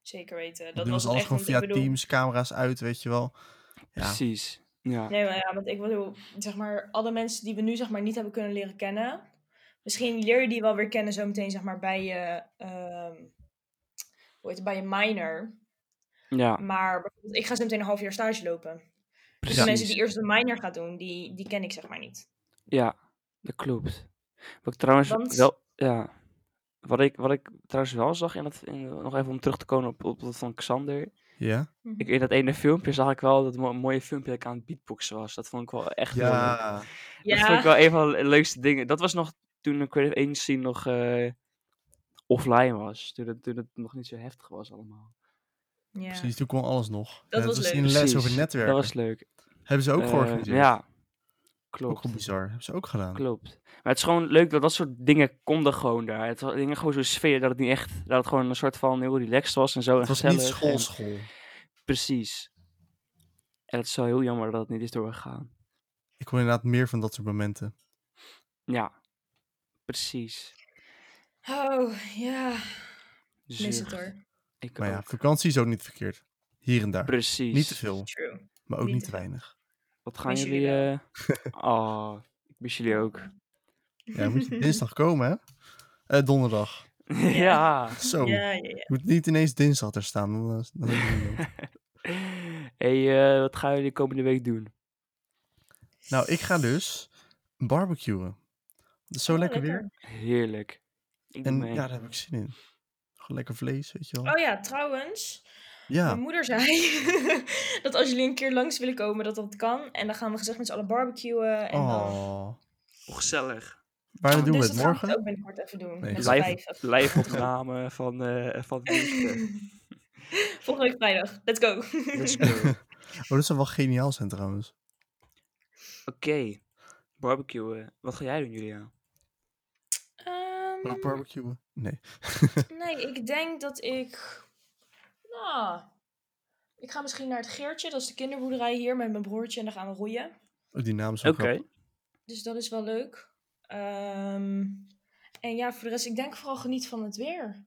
[SPEAKER 5] Zeker weten.
[SPEAKER 6] Dat
[SPEAKER 5] Dat
[SPEAKER 6] nu was
[SPEAKER 5] was het
[SPEAKER 6] alles
[SPEAKER 5] echt,
[SPEAKER 6] gewoon
[SPEAKER 5] want ik
[SPEAKER 6] via
[SPEAKER 5] bedoel...
[SPEAKER 6] teams, camera's uit, weet je wel. Ja,
[SPEAKER 4] precies. Ja,
[SPEAKER 5] Nee, maar ja, want ik bedoel, zeg maar, alle mensen die we nu zeg maar niet hebben kunnen leren kennen. Misschien leer je die wel weer kennen zometeen, zeg maar, bij je, ehm, hoe heet het, bij je minor.
[SPEAKER 4] ja
[SPEAKER 5] Maar bijvoorbeeld, ik ga zo meteen een half jaar stage lopen. Dus de mensen
[SPEAKER 4] precies.
[SPEAKER 5] die eerst de minor gaat doen, die, die ken ik zeg maar niet.
[SPEAKER 4] Ja, dat klopt. Wat ik trouwens
[SPEAKER 5] Want-
[SPEAKER 4] wel. Ja. Wat ik, wat ik trouwens wel zag, in dat, in- nog even om terug te komen op, op dat van Xander.
[SPEAKER 6] ja.
[SPEAKER 5] Mhm.
[SPEAKER 4] Ik, in dat ene filmpje zag ik wel dat mo- mooie filmpje dat ik aan het beatboxen was. Dat vond ik wel echt heel leuk.
[SPEAKER 6] Ja,
[SPEAKER 4] Dat vond ik wel een van de leukste dingen. Dat was nog toen de Creative Agency nog eh, offline was. Toen het, toen het nog niet zo heftig was allemaal.
[SPEAKER 5] ja.
[SPEAKER 6] precies. Toen kon alles nog.
[SPEAKER 5] Dat
[SPEAKER 6] Ja,
[SPEAKER 5] was
[SPEAKER 6] het was
[SPEAKER 5] leuk.
[SPEAKER 6] in een les over
[SPEAKER 4] Precies,
[SPEAKER 6] netwerken.
[SPEAKER 4] Dat was leuk.
[SPEAKER 6] Hebben ze ook
[SPEAKER 4] Eh,
[SPEAKER 6] georganiseerd.
[SPEAKER 4] Ja,
[SPEAKER 6] Ook
[SPEAKER 4] klopt.
[SPEAKER 6] wel bizar. Hebben ze ook gedaan.
[SPEAKER 4] Klopt. Maar het is gewoon leuk dat dat soort dingen konden gewoon daar. Het was dingen gewoon zo'n sfeer dat het niet echt, dat het gewoon een soort van heel relaxed was en zo.
[SPEAKER 6] Het
[SPEAKER 4] en
[SPEAKER 6] was niet
[SPEAKER 4] gezellig en-
[SPEAKER 6] schoolschool.
[SPEAKER 4] Precies. En het is wel heel jammer dat het niet is doorgegaan.
[SPEAKER 6] Ik hoor inderdaad meer van dat soort momenten.
[SPEAKER 4] Ja, precies.
[SPEAKER 5] Oh, ja. Ik mis het
[SPEAKER 4] Zucht.
[SPEAKER 5] hoor.
[SPEAKER 4] Ik
[SPEAKER 6] Maar ja,
[SPEAKER 4] ook.
[SPEAKER 6] vakantie is ook niet verkeerd. Hier en daar.
[SPEAKER 4] Precies.
[SPEAKER 6] Niet te veel,
[SPEAKER 5] True.
[SPEAKER 6] maar ook
[SPEAKER 5] Niet
[SPEAKER 6] niet
[SPEAKER 5] te
[SPEAKER 6] te weinig.
[SPEAKER 4] Wat gaan
[SPEAKER 5] Mis
[SPEAKER 4] jullie...
[SPEAKER 5] jullie wel.
[SPEAKER 4] eh, Oh, ik mis jullie ook.
[SPEAKER 6] Ja, moet je dinsdag komen, hè? Eh, donderdag.
[SPEAKER 4] ja.
[SPEAKER 6] Zo.
[SPEAKER 5] Ja, ja, ja.
[SPEAKER 6] Je moet niet ineens dinsdag er staan. Dan, eh, dan heb je niemand.
[SPEAKER 4] hey, eh, wat gaan jullie komende week doen?
[SPEAKER 6] nou, ik ga dus barbecuen. Dat is zo
[SPEAKER 5] Oh,
[SPEAKER 6] lekker, weer.
[SPEAKER 4] Heerlijk. Ik doe
[SPEAKER 6] En
[SPEAKER 4] mee.
[SPEAKER 6] ja, daar heb ik zin in. Gewoon lekker vlees, weet je wel.
[SPEAKER 5] Oh ja, trouwens.
[SPEAKER 6] ja,
[SPEAKER 5] Mijn moeder zei dat als jullie een keer langs willen komen, dat dat kan. En dan gaan we gezellig met z'n allen barbecuen. En dan...
[SPEAKER 6] oh.
[SPEAKER 4] Oh, gezellig.
[SPEAKER 6] Waar doen Oh, we
[SPEAKER 5] dus
[SPEAKER 6] het
[SPEAKER 5] dat gaan we
[SPEAKER 6] morgen?
[SPEAKER 5] ook binnenkort even doen.
[SPEAKER 6] Nee,
[SPEAKER 5] met z'n vijven.
[SPEAKER 4] Live, live opname van, eh van het nieuwste.
[SPEAKER 5] Volgende week vrijdag. Let's go.
[SPEAKER 4] Let's go.
[SPEAKER 6] Oh, dat zou wel geniaal zijn trouwens.
[SPEAKER 4] Oké. Barbecuen. Wat ga jij doen, Julia?
[SPEAKER 5] Ehm,
[SPEAKER 6] Ook barbecuen? Nee.
[SPEAKER 5] nee, ik denk dat ik... Nou, ik ga misschien naar het Geertje. Dat is de kinderboerderij hier met mijn broertje. En dan gaan we roeien.
[SPEAKER 6] Oh, die naam is wel
[SPEAKER 4] Oké.
[SPEAKER 6] grappig.
[SPEAKER 5] Dus dat is wel leuk. Ehm, en ja, voor de rest, ik denk vooral geniet van het weer.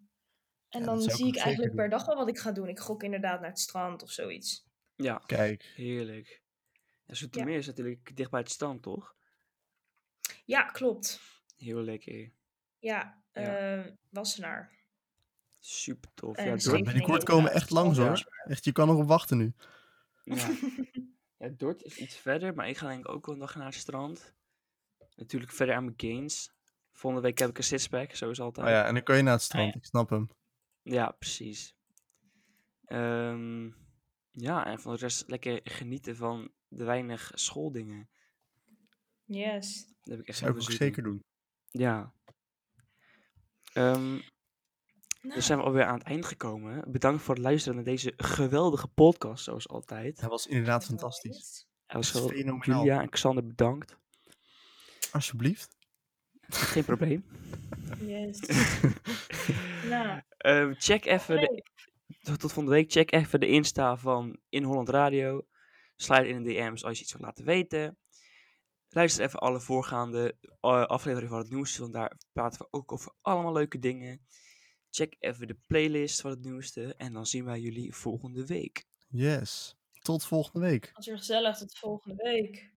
[SPEAKER 5] En
[SPEAKER 6] Ja,
[SPEAKER 5] dan
[SPEAKER 6] dat zou ik
[SPEAKER 5] zie
[SPEAKER 6] ook
[SPEAKER 5] ik
[SPEAKER 6] zeker
[SPEAKER 5] eigenlijk per
[SPEAKER 6] doen.
[SPEAKER 5] dag wel wat ik ga doen. Ik gok inderdaad naar het strand of zoiets.
[SPEAKER 4] Ja,
[SPEAKER 6] Kijk.
[SPEAKER 4] heerlijk. Ja, Zoetermeer is natuurlijk dicht bij het strand, toch?
[SPEAKER 5] Ja, klopt.
[SPEAKER 4] Heel lekker.
[SPEAKER 5] Ja,
[SPEAKER 4] Ja.
[SPEAKER 5] eh, Wassenaar.
[SPEAKER 4] Super tof.
[SPEAKER 5] En
[SPEAKER 4] ja,
[SPEAKER 5] Scheveningen
[SPEAKER 4] Dordt,
[SPEAKER 6] binnenkort
[SPEAKER 5] Eh, inderdaad.
[SPEAKER 6] komen echt langs
[SPEAKER 5] Ja.
[SPEAKER 6] hoor. Echt, je kan erop wachten nu.
[SPEAKER 4] ja. ja, Dordt is iets verder, maar ik ga denk ik ook wel een dag naar het strand. Natuurlijk verder aan mijn gains. Volgende week heb ik een sixpack, zoals altijd.
[SPEAKER 6] Oh Ah, ja, en dan kan je naar het strand. Ik snap hem.
[SPEAKER 4] Ja, precies. Ehm, ja, en voor de rest lekker genieten van de weinig schooldingen.
[SPEAKER 5] Yes.
[SPEAKER 4] Daar heb ik echt
[SPEAKER 6] Zou ik ook
[SPEAKER 4] heel veel zin in.
[SPEAKER 6] zeker doen.
[SPEAKER 4] Ja. Ehm,
[SPEAKER 5] Nou,
[SPEAKER 4] Dus zijn we alweer aan het eind gekomen. Bedankt voor het luisteren naar deze geweldige podcast, zoals altijd.
[SPEAKER 6] Hij was
[SPEAKER 5] Nou,
[SPEAKER 6] inderdaad fantastisch.
[SPEAKER 5] yes.
[SPEAKER 4] Als
[SPEAKER 6] is
[SPEAKER 4] wel
[SPEAKER 6] fenomenaal.
[SPEAKER 4] Julia en Xander bedankt.
[SPEAKER 6] Alsjeblieft.
[SPEAKER 4] Geen probleem.
[SPEAKER 5] Yes. nou,
[SPEAKER 4] Ehm, check even de,
[SPEAKER 5] leuk.
[SPEAKER 4] tot, tot volgende week. Check even de Insta van In Holland Radio. Slide in de DM's als je iets wilt laten weten. Luister even alle voorgaande eh, afleveringen van het nieuws, want daar praten we ook over allemaal leuke dingen. Check even de playlist van het nieuwste en dan zien wij jullie volgende week.
[SPEAKER 6] Yes. Tot volgende week.
[SPEAKER 5] als weer gezellig. Tot volgende week.